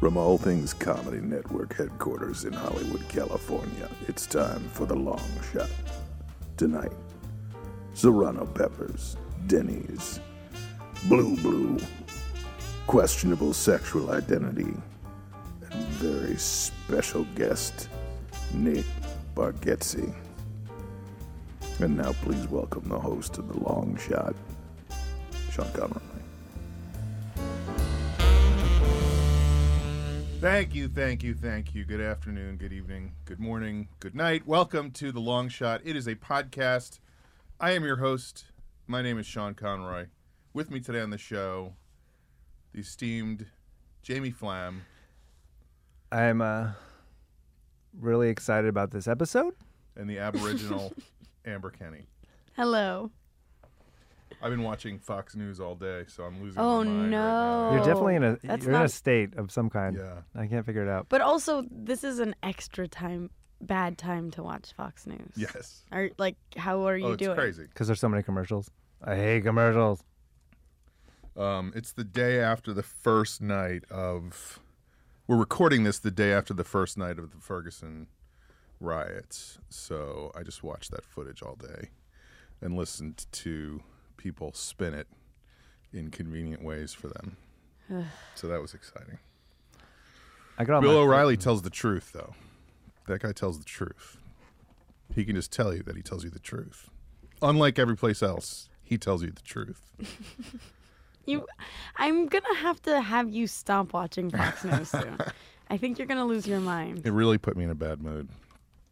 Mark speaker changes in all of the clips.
Speaker 1: From All Things Comedy Network headquarters in Hollywood, California, it's time for the long shot. Tonight, Serrano Peppers, Denny's, Blue Blue, questionable sexual identity, and very special guest, Nick Bargetzi. And now, please welcome the host of The Long Shot, Sean Conroy.
Speaker 2: Thank you, thank you, thank you. Good afternoon, good evening, good morning, good night. Welcome to The Long Shot. It is a podcast. I am your host. My name is Sean Conroy. With me today on the show, the esteemed Jamie Flam.
Speaker 3: I'm uh, really excited about this episode.
Speaker 2: and the Aboriginal Amber Kenny.
Speaker 4: Hello.
Speaker 2: I've been watching Fox News all day, so I'm losing
Speaker 4: Oh,
Speaker 2: my mind.
Speaker 4: no.
Speaker 3: You're definitely in a you're
Speaker 4: Oh, that's
Speaker 3: in a
Speaker 4: not-
Speaker 3: state of some kind.
Speaker 2: Yeah.
Speaker 3: I can't figure it out.
Speaker 4: But also, this is an extra time, bad time to watch Fox News.
Speaker 2: Right now. Yes.
Speaker 4: Are like, how are you
Speaker 2: oh, it's
Speaker 4: doing?
Speaker 2: crazy.
Speaker 3: Because there's so many commercials. I hate commercials.
Speaker 2: Um, it's the day after the first night of. We're recording this the day after the first night of the Ferguson riots, so I just watched that footage all day and listened to people spin it in convenient ways for them. so that was exciting.
Speaker 3: I got all
Speaker 2: Bill
Speaker 3: my-
Speaker 2: O'Reilly tells the truth, though. That guy tells the truth. He can just tell you that he tells you the truth. Unlike every place else, he tells you the truth.
Speaker 4: You, I'm gonna have to have you stop watching Fox News soon. I think you're gonna lose your mind.
Speaker 2: It really put me in a bad mood.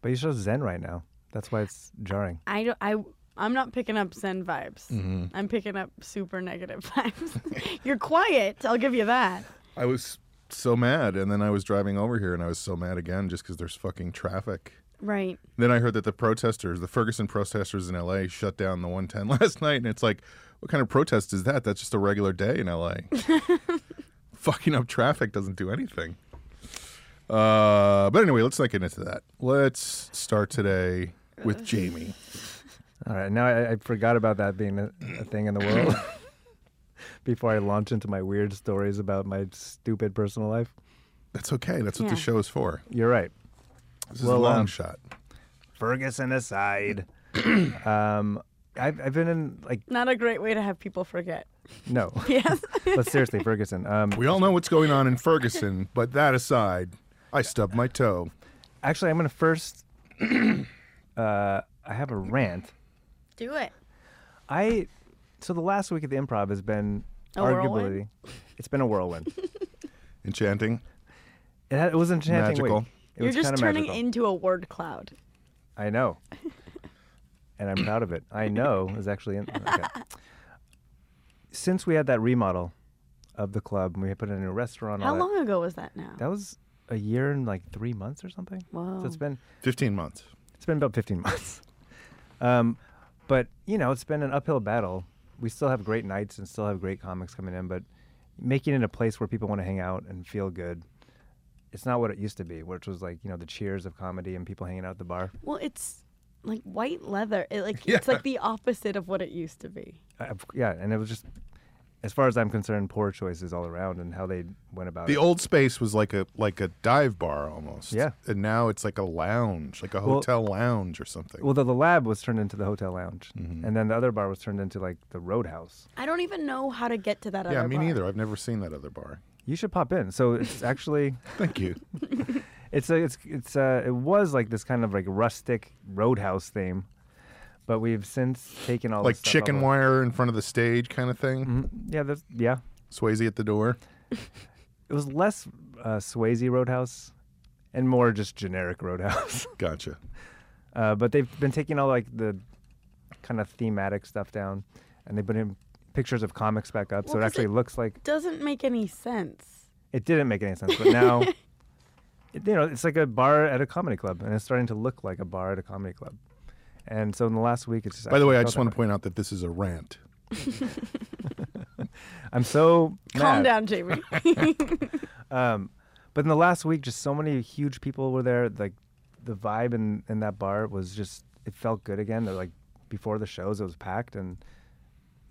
Speaker 3: But you show Zen right now. That's why it's jarring.
Speaker 4: I don't. I. I'm not picking up Zen vibes.
Speaker 3: Mm-hmm.
Speaker 4: I'm picking up super negative vibes. you're quiet. I'll give you that.
Speaker 2: I was so mad, and then I was driving over here, and I was so mad again just because there's fucking traffic.
Speaker 4: Right.
Speaker 2: Then I heard that the protesters, the Ferguson protesters in LA, shut down the 110 last night, and it's like, what kind of protest is that? That's just a regular day in LA. Fucking up traffic doesn't do anything. Uh, but anyway, let's not get into that. Let's start today with Jamie.
Speaker 3: All right. Now I, I forgot about that being a, a thing in the world before I launch into my weird stories about my stupid personal life.
Speaker 2: That's okay. That's what the
Speaker 4: Yeah.
Speaker 2: show is for.
Speaker 3: You're right.
Speaker 2: This is a
Speaker 3: Well,
Speaker 2: long
Speaker 3: um,
Speaker 2: shot.
Speaker 3: Ferguson aside. um, I've, I've been in like
Speaker 4: Not a great way to have people forget.
Speaker 3: no,
Speaker 4: Yes.
Speaker 3: but seriously, Ferguson. Um,
Speaker 2: We all know what's going on in Ferguson, but that aside, I stubbed my toe.
Speaker 3: actually i'm gonna first uh, i have a rant
Speaker 4: Do it.
Speaker 3: i so the last week at the improv has been
Speaker 4: A
Speaker 3: arguably
Speaker 4: whirlwind?
Speaker 3: it's been a whirlwind
Speaker 2: Enchanting.
Speaker 3: it, had, it was an enchanting
Speaker 2: Magical.
Speaker 3: week it
Speaker 4: You're
Speaker 3: was
Speaker 4: just
Speaker 3: kinda
Speaker 4: turning
Speaker 3: magical.
Speaker 4: into a word cloud.
Speaker 3: i know and i'm proud of it i know is actually in, okay. since we had that remodel of the club and we had put in a new restaurant all
Speaker 4: How
Speaker 3: that-
Speaker 4: long ago was that now?
Speaker 3: that was a year and like three months or something so it's
Speaker 4: Whoa.
Speaker 3: been
Speaker 2: 15 months.
Speaker 3: It's been about 15 months. Um, but, you know, it's been an uphill battle. We still have great nights and still have great comics coming in, but making it a place where people want to hang out and feel good, it's not what it used to be, which was like, you know, the cheers of comedy and people hanging out at the bar.
Speaker 4: Well, it's like white leather. It like it's like the opposite of what it used to be.
Speaker 3: I, I've- yeah, and it was just, as far as I'm concerned, poor choices all around and how they went about
Speaker 2: The
Speaker 3: it.
Speaker 2: old space was like a like a dive bar almost.
Speaker 3: Yeah.
Speaker 2: And now it's like a lounge, like a
Speaker 3: Well-
Speaker 2: hotel lounge or something.
Speaker 3: well, the, the lab was turned into the hotel lounge, and then the other bar was turned into like the roadhouse.
Speaker 4: I don't even know how to get to that other
Speaker 2: yeah, me
Speaker 4: bar.
Speaker 2: neither. I've never seen that other bar.
Speaker 3: You should pop in. So it's actually.
Speaker 2: Thank you.
Speaker 3: It's a, it's it's uh it was like this kind of like rustic roadhouse theme, but we've since taken all
Speaker 2: like
Speaker 3: this stuff
Speaker 2: chicken
Speaker 3: up. Mm-hmm.
Speaker 2: wire in front of the stage kind of thing.
Speaker 3: Mm. Yeah, that's, yeah.
Speaker 2: Swayze at the door.
Speaker 3: It was less uh, Swayze Roadhouse, and more just generic Roadhouse.
Speaker 2: Gotcha.
Speaker 3: uh, but they've been taking all like the kind of thematic stuff down, and they've been in pictures of comics back up, so
Speaker 4: Well,
Speaker 3: it
Speaker 4: 'cause
Speaker 3: actually
Speaker 4: it-
Speaker 3: looks like
Speaker 4: Doesn't make any sense.
Speaker 3: it didn't make any sense. But now, it, you know, it's like a bar at a comedy club, and it's starting to look like a bar at a comedy club. And so in the last week, it's just
Speaker 2: By the way, I
Speaker 3: felt
Speaker 2: just
Speaker 3: that
Speaker 2: want
Speaker 3: way.
Speaker 2: to point out that this is a rant.
Speaker 3: I'm so mad.
Speaker 4: Calm down, Jamie.
Speaker 3: Um, but in the last week, just so many huge people were there. Like the vibe in, in that bar was just it felt good again. They're, like before the shows, it was packed and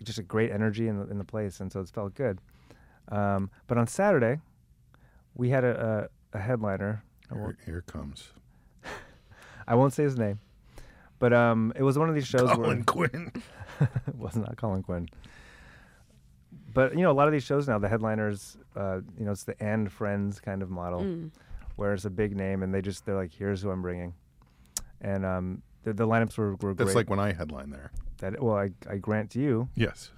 Speaker 3: just a great energy in the, in the place, and so it felt good. Um, but on Saturday, we had a, a, a headliner. I won't,
Speaker 2: Here, here comes
Speaker 3: I won't say his name, but um, it was one of these shows where
Speaker 2: Colin Quinn.
Speaker 3: it was not Colin Quinn. But you know, a lot of these shows now, the headliners, uh, you know, it's the and friends kind of model, where it's a big name and they just they're like, here's who I'm bringing, and um, the, the lineups were, were
Speaker 2: That's
Speaker 3: great.
Speaker 2: like when I headline there.
Speaker 3: that. Well, I, I grant to you,
Speaker 2: Yes.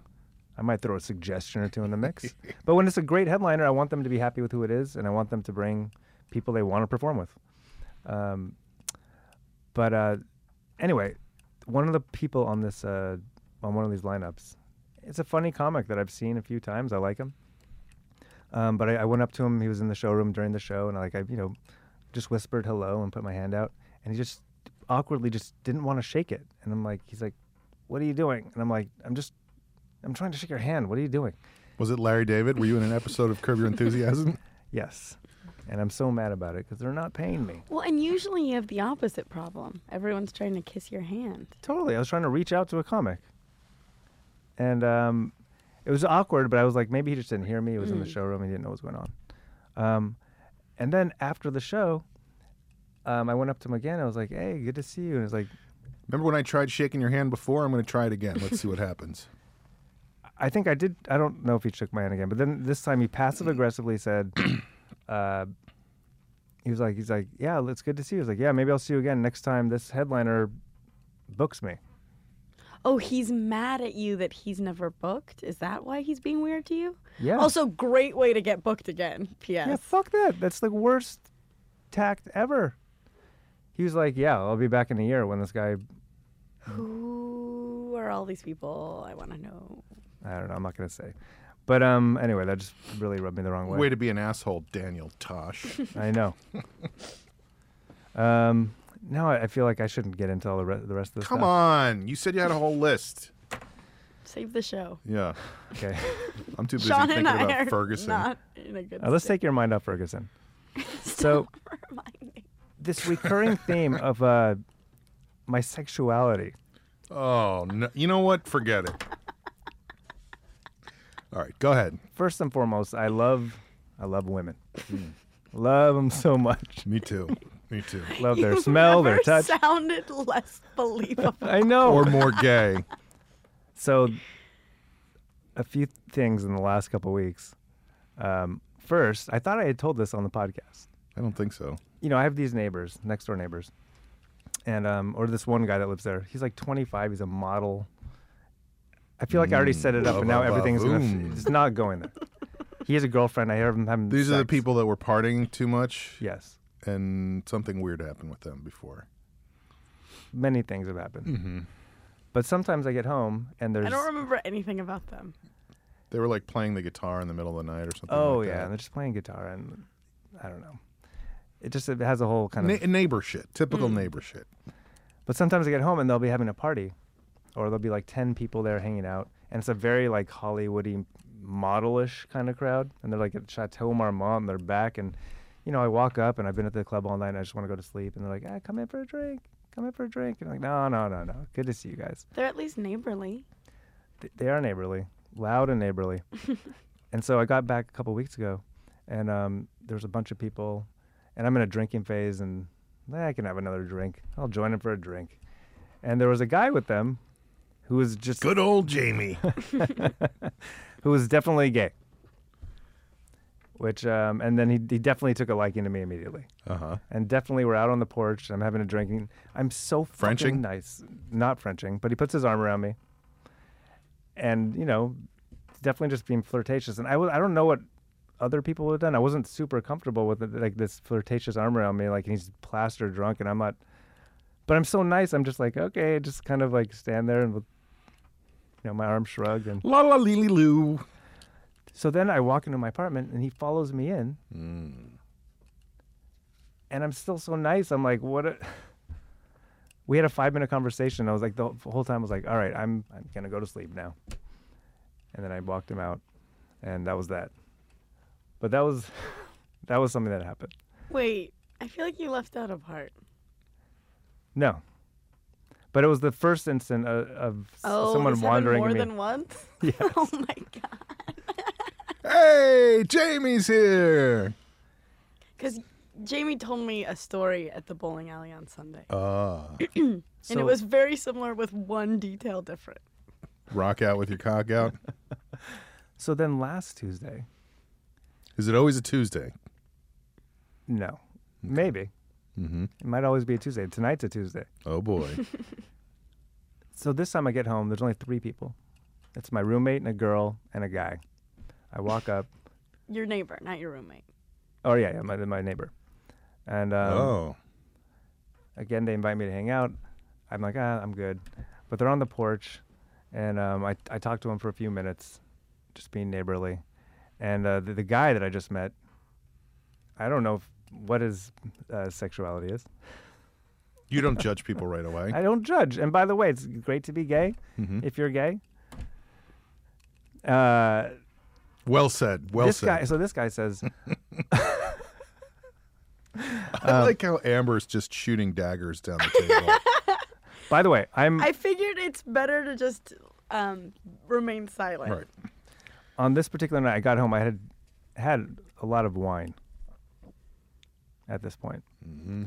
Speaker 3: I might throw a suggestion or two in the mix. but when it's a great headliner, I want them to be happy with who it is, and I want them to bring people they want to perform with. Um, but uh, anyway, one of the people on this uh, on one of these lineups, it's a funny comic that I've seen a few times. I like him. Um, but I, I went up to him. He was in the showroom during the show, and I like I you know just whispered hello and put my hand out, and he just awkwardly just didn't want to shake it. And I'm like, he's like, "What are you doing?" And I'm like, "I'm just I'm trying to shake your hand. What are you doing?
Speaker 2: Was it Larry David? Were you in an episode of Curb Your Enthusiasm?
Speaker 3: Yes. And I'm so mad about it because they're not paying me.
Speaker 4: Well, and usually you have the opposite problem. Everyone's trying to kiss your hand.
Speaker 3: Totally. I was trying to reach out to a comic. And um, it was awkward, but I was like, maybe he just didn't hear me. He was in the showroom. He didn't know what was going on. Um, and then after the show, um, I went up to him again. I was like, hey, good to see you. And he's like,
Speaker 2: Remember when I tried shaking your hand before? I'm going to try it again. Let's see what happens.
Speaker 3: I think I did. I don't know if he shook my hand again, but then this time he passive aggressively said, uh, he was like, he's like, yeah, it's good to see you. He's like, yeah, maybe I'll see you again next time this headliner books me.
Speaker 4: Oh, he's mad at you that he's never booked? Is that why he's being weird to you?
Speaker 3: Yeah.
Speaker 4: Also, great way to get booked again. P.S.
Speaker 3: yeah, fuck that. That's the worst tact ever. He was like, yeah, I'll be back in a year when this guy,
Speaker 4: Who are all these people? I want to know.
Speaker 3: I don't know, I'm not going to say. But um, anyway, that just really rubbed me the wrong way.
Speaker 2: Way to be an asshole, Daniel Tosh.
Speaker 3: I know. um, now I I feel like I shouldn't get into all the, re- the rest of this
Speaker 2: Come
Speaker 3: stuff.
Speaker 2: on. You said you had a whole list.
Speaker 4: Save the show.
Speaker 2: Yeah.
Speaker 3: Okay.
Speaker 2: I'm too busy
Speaker 4: Sean
Speaker 2: thinking
Speaker 4: and I
Speaker 2: about
Speaker 4: are
Speaker 2: Ferguson.
Speaker 4: not in a good
Speaker 3: Uh, let's
Speaker 4: state.
Speaker 3: take your mind off Ferguson. so
Speaker 4: Remind me.
Speaker 3: this recurring theme of uh, my sexuality.
Speaker 2: Oh, no. you know what? Forget it. All right, go ahead.
Speaker 3: First and foremost, I love, I love women.
Speaker 4: Hmm.
Speaker 3: Love them so much.
Speaker 2: Me too. Me too.
Speaker 3: Love their
Speaker 4: You
Speaker 3: smell, their
Speaker 4: never
Speaker 3: touch.
Speaker 4: sounded less believable.
Speaker 3: I know.
Speaker 2: Or more gay.
Speaker 3: so, a few things in the last couple weeks. Um, first, I thought I had told this on the podcast.
Speaker 2: I don't think so.
Speaker 3: you know, I have these neighbors, next door neighbors, and um, or this one guy that lives there. He's like 25. He's a model. I feel like I already set it up, and now
Speaker 2: ba, ba,
Speaker 3: everything's gonna.
Speaker 2: boom.
Speaker 3: It's not going there. he has a girlfriend. I hear him having.
Speaker 2: These are the
Speaker 3: sex.
Speaker 2: people that were partying too much
Speaker 3: Yes,
Speaker 2: and something weird happened with them before.
Speaker 3: many things have happened.
Speaker 2: Mm.
Speaker 3: But sometimes I get home and there's.
Speaker 4: I don't remember anything about them.
Speaker 2: They were like playing the guitar in the middle of the night or something.
Speaker 3: oh
Speaker 2: like
Speaker 3: yeah,
Speaker 2: that.
Speaker 3: and they're just playing guitar, and I don't know. It just it has a whole kind of.
Speaker 2: Na- neighbor shit. Typical neighbor shit.
Speaker 3: But sometimes I get home and they'll be having a party, or there'll be like ten people there hanging out, and it's a very like Hollywoody, modelish kind of crowd, and they're like at Chateau Marmont, and they're back, and you know I walk up and I've been at the club all night, and I just want to go to sleep, and they're like, ah, come in for a drink, come in for a drink, and I'm like, no, no, no, no, good to see you guys.
Speaker 4: They're at least neighborly.
Speaker 3: Th- they are neighborly, loud and neighborly, and so I got back a couple weeks ago, and um, there was a bunch of people, and I'm in a drinking phase, and "Eh, I can have another drink. I'll join them for a drink, and there was a guy with them, who was just
Speaker 2: Good old Jamie.
Speaker 3: who was definitely gay. Which um, and then he, he definitely took a liking to me immediately,
Speaker 2: Uh huh.
Speaker 3: and definitely we're out on the porch. I'm having a drinking. I'm so fucking
Speaker 2: Frenching?
Speaker 3: nice, not Frenching, but he puts his arm around me, and you know, definitely just being flirtatious. And I w- I don't know what other people would have done. I wasn't super comfortable with it, like this flirtatious arm around me, like and he's plastered drunk, and I'm not. But I'm so nice. I'm just like okay, just kind of like stand there and, you know, my arm shrugged and.
Speaker 2: La la lily loo.
Speaker 3: So then I walk into my apartment and he follows me in. And I'm still so nice. I'm like, what? A... We had a five minute conversation. I was like, the wh- whole time I was like, all right, I'm, I'm going to go to sleep now. And then I walked him out and that was that. But that was, that was something that happened.
Speaker 4: Wait, I feel like you left out a part.
Speaker 3: No. But it was the first instant of, of s-
Speaker 4: Oh,
Speaker 3: someone
Speaker 4: this happened
Speaker 3: wandering
Speaker 4: more
Speaker 3: at me.
Speaker 4: than once.
Speaker 3: Yes.
Speaker 4: Oh my god.
Speaker 2: Hey, Jamie's here.
Speaker 4: Because Jamie told me a story at the bowling alley on Sunday,
Speaker 2: Ah,
Speaker 4: and it was very similar with one detail different.
Speaker 2: rock out with your cock out.
Speaker 3: So then last Tuesday,
Speaker 2: Is it always a Tuesday?
Speaker 3: no, maybe
Speaker 2: Mm-hmm.
Speaker 3: it might always be a Tuesday. Tonight's a Tuesday.
Speaker 2: Oh boy.
Speaker 3: So this time I get home, there's only three people. It's my roommate and a girl and a guy. I walk up.
Speaker 4: Your neighbor, not your roommate.
Speaker 3: Oh yeah, yeah, my my neighbor. And um,
Speaker 2: oh,
Speaker 3: again, they invite me to hang out. I'm like, ah, I'm good. But they're on the porch, and um, I I talk to him for a few minutes, just being neighborly. And uh, the, the guy that I just met, I don't know if, what his uh, sexuality is.
Speaker 2: you don't judge people right away.
Speaker 3: I don't judge. And by the way, it's great to be gay
Speaker 2: Mhm.
Speaker 3: if you're gay. Uh,
Speaker 2: Well said. Well
Speaker 3: this
Speaker 2: said.
Speaker 3: guy, so this guy says,
Speaker 2: I like how Amber's just shooting daggers down the table.
Speaker 3: by the way, I'm
Speaker 4: I figured it's better to just um, remain silent.
Speaker 2: right.
Speaker 3: on this particular night. I got home. I had had a lot of wine at this point,
Speaker 2: Mm-hmm.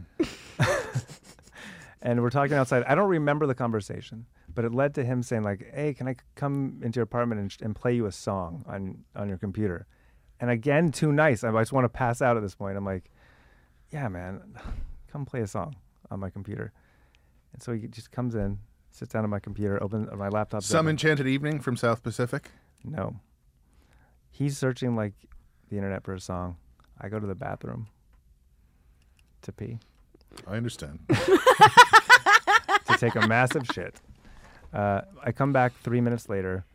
Speaker 3: and we're talking outside. I don't remember the conversation, but it led to him saying like, "Hey, can I c- come into your apartment and, sh- and play you a song on on your computer?" And again, too nice. I just want to pass out at this point. I'm like, "Yeah, man, come play a song on my computer." And so he just comes in, sits down on my computer, opens my laptop.
Speaker 2: Some enchanted evening from South Pacific.
Speaker 3: No. He's searching like the internet for a song. I go to the bathroom to pee,
Speaker 2: I understand.
Speaker 3: to take a massive shit. Uh, I come back three minutes later.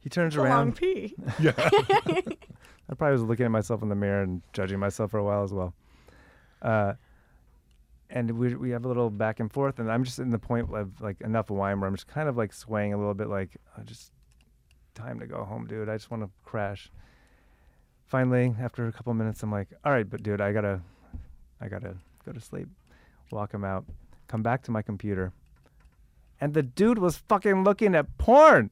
Speaker 3: He turns
Speaker 4: It's a long
Speaker 3: around.
Speaker 4: pee.
Speaker 2: yeah.
Speaker 3: I probably was looking at myself in the mirror and judging myself for a while as well. Uh, and we, we have a little back and forth, and I'm just in the point of like enough wine where I'm just kind of like swaying a little bit, like I just time to go home, dude. I just want to crash. Finally, after a couple minutes, I'm like, all right, but dude, I gotta, I gotta go to sleep. Walk him out, come back to my computer, and the dude was fucking looking at porn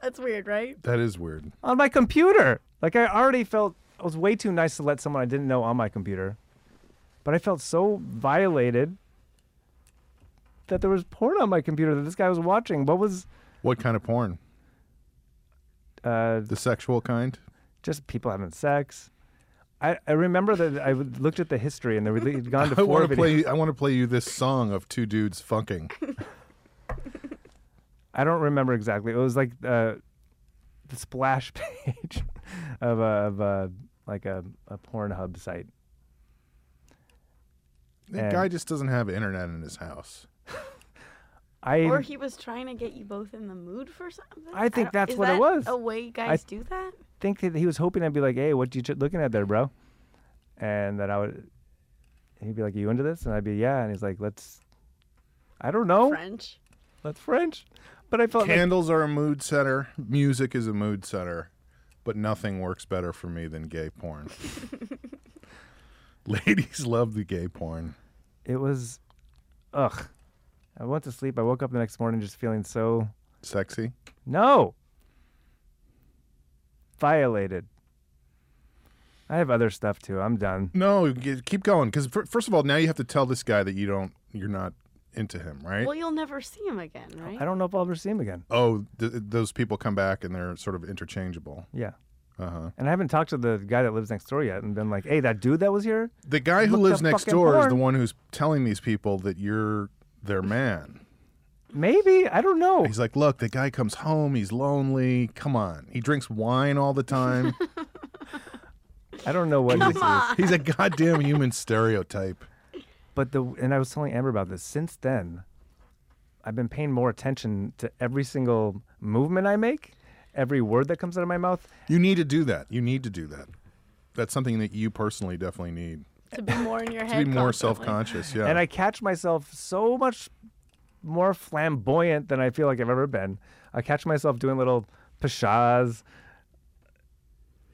Speaker 4: That's weird, right?
Speaker 2: That is weird.
Speaker 3: on my computer. Like I already felt I was way too nice to let someone I didn't know on my computer, but I felt so violated that there was porn on my computer that this guy was watching. What was
Speaker 2: What kind of porn?
Speaker 3: uh,
Speaker 2: The sexual kind?
Speaker 3: just people having sex? I, I remember that I would- looked at the history and they were- they'd gone to
Speaker 2: I
Speaker 3: four
Speaker 2: want to
Speaker 3: videos.
Speaker 2: play. I want to play you this song of two dudes funking.
Speaker 3: I don't remember exactly. It was like uh, the splash page of a, of a like a, a Pornhub site.
Speaker 2: The
Speaker 3: And-
Speaker 2: guy just doesn't have internet in his house.
Speaker 3: I
Speaker 4: Or he was trying to get you both in the mood for something.
Speaker 3: I think
Speaker 4: don't-
Speaker 3: that's
Speaker 4: is
Speaker 3: what it
Speaker 4: that
Speaker 3: was.
Speaker 4: A way guys do that?
Speaker 3: think that he was hoping I'd be like, "Hey, what you ch- looking at there, bro?" And that I would, he'd be like, "You into this?" And I'd be, "Yeah." And he's like, "Let's, I don't know,
Speaker 4: French.
Speaker 3: let's French." But I felt like,
Speaker 2: Candles are a mood setter. Music is a mood setter, but nothing works better for me than gay porn. Ladies love the gay porn.
Speaker 3: it was, ugh. I went to sleep. I woke up the next morning just feeling so
Speaker 2: Sexy.
Speaker 3: no violated. I have other stuff too. I'm done.
Speaker 2: No, g- keep going. Because first of all, now you have to tell this guy that you don't, you're not into him, right?
Speaker 4: Well, you'll never see him again, right?
Speaker 3: I don't know if I'll ever see him again.
Speaker 2: oh, th- those people come back and they're sort of interchangeable.
Speaker 3: Yeah.
Speaker 2: Uh huh.
Speaker 3: And I haven't talked to the guy that lives next door yet and been like, hey, that dude that was here?
Speaker 2: The guy who
Speaker 3: Look
Speaker 2: lives
Speaker 3: the
Speaker 2: next
Speaker 3: fucking
Speaker 2: door is
Speaker 3: porn.
Speaker 2: the one who's telling these people that you're their man.
Speaker 3: Maybe. I don't know.
Speaker 2: He's like, look, the guy comes home. He's lonely. Come on. He drinks wine all the time.
Speaker 3: I don't know what this is.
Speaker 2: he's a goddamn human stereotype.
Speaker 3: But the and I was telling Amber about this. Since then, I've been paying more attention to every single movement I make, every word that comes out of my mouth.
Speaker 2: You need to do that. You need to do that. That's something that you personally definitely need
Speaker 4: to be more in your
Speaker 2: to
Speaker 4: head.
Speaker 2: be more self
Speaker 4: constantly.
Speaker 2: conscious. Yeah.
Speaker 3: And I catch myself so much more flamboyant than I feel like I've ever been. I catch myself doing little pashas.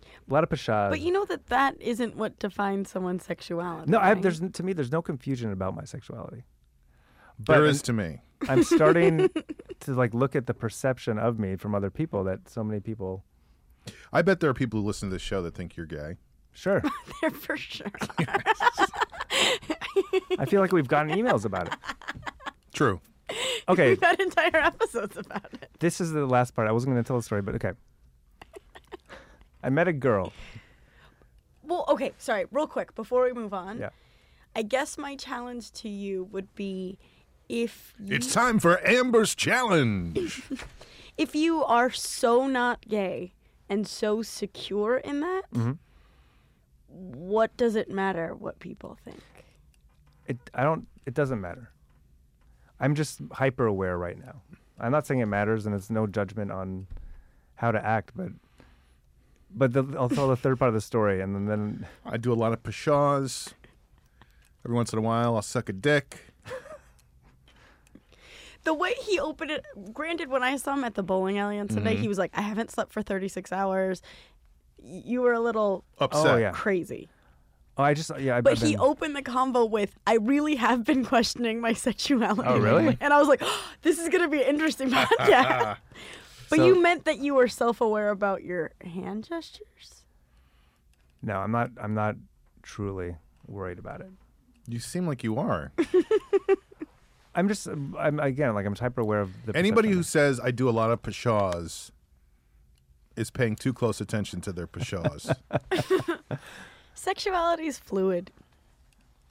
Speaker 3: A lot of pashas.
Speaker 4: But you know that that isn't what defines someone's sexuality.
Speaker 3: no, I,
Speaker 4: right?
Speaker 3: there's to me there's no confusion about my sexuality. But
Speaker 2: there is to me.
Speaker 3: I'm starting to like look at the perception of me from other people that so many people
Speaker 2: I bet there are people who listen to this show that think you're gay.
Speaker 3: Sure.
Speaker 4: There for sure.
Speaker 3: I feel like we've gotten emails about it.
Speaker 2: True.
Speaker 3: Okay,
Speaker 4: We've had entire episodes about it.
Speaker 3: this is the last part. I wasn't going to tell the story, but okay. I met a girl.
Speaker 4: Well, okay, sorry, real quick before we move on.
Speaker 3: Yeah.
Speaker 4: I guess my challenge to you would be if you,
Speaker 2: It's time for Amber's challenge.
Speaker 4: if you are so not gay and so secure in that,
Speaker 3: Mm-hmm.
Speaker 4: what does it matter what people think?
Speaker 3: It I don't it doesn't matter. I'm just hyper aware right now. I'm not saying it matters and it's no judgment on how to act, but but the, I'll tell the third part of the story and then, then
Speaker 2: I do a lot of pshaws. Every once in a while, I'll suck a dick.
Speaker 4: The way he opened it, granted, when I saw him at the bowling alley on
Speaker 3: Mm-hmm.
Speaker 4: Sunday, he was like, I haven't slept for 36 hours. Y- You were a little
Speaker 2: Upset.
Speaker 3: Oh, yeah.
Speaker 4: crazy.
Speaker 3: oh I just yeah I
Speaker 4: But he opened the combo with, I really have been questioning my sexuality.
Speaker 3: Oh, really?
Speaker 4: And I was like, "Oh, this is going to be an interesting podcast. but
Speaker 3: So-
Speaker 4: you meant that you were self aware about your hand gestures?
Speaker 3: No, I'm not I'm not truly worried about it.
Speaker 2: You seem like you are.
Speaker 3: I'm just I'm again like I'm hyper aware of the
Speaker 2: Anybody who
Speaker 3: perception.
Speaker 2: says I do a lot of pshaws is paying too close attention to their pshaws.
Speaker 4: Sexuality is fluid.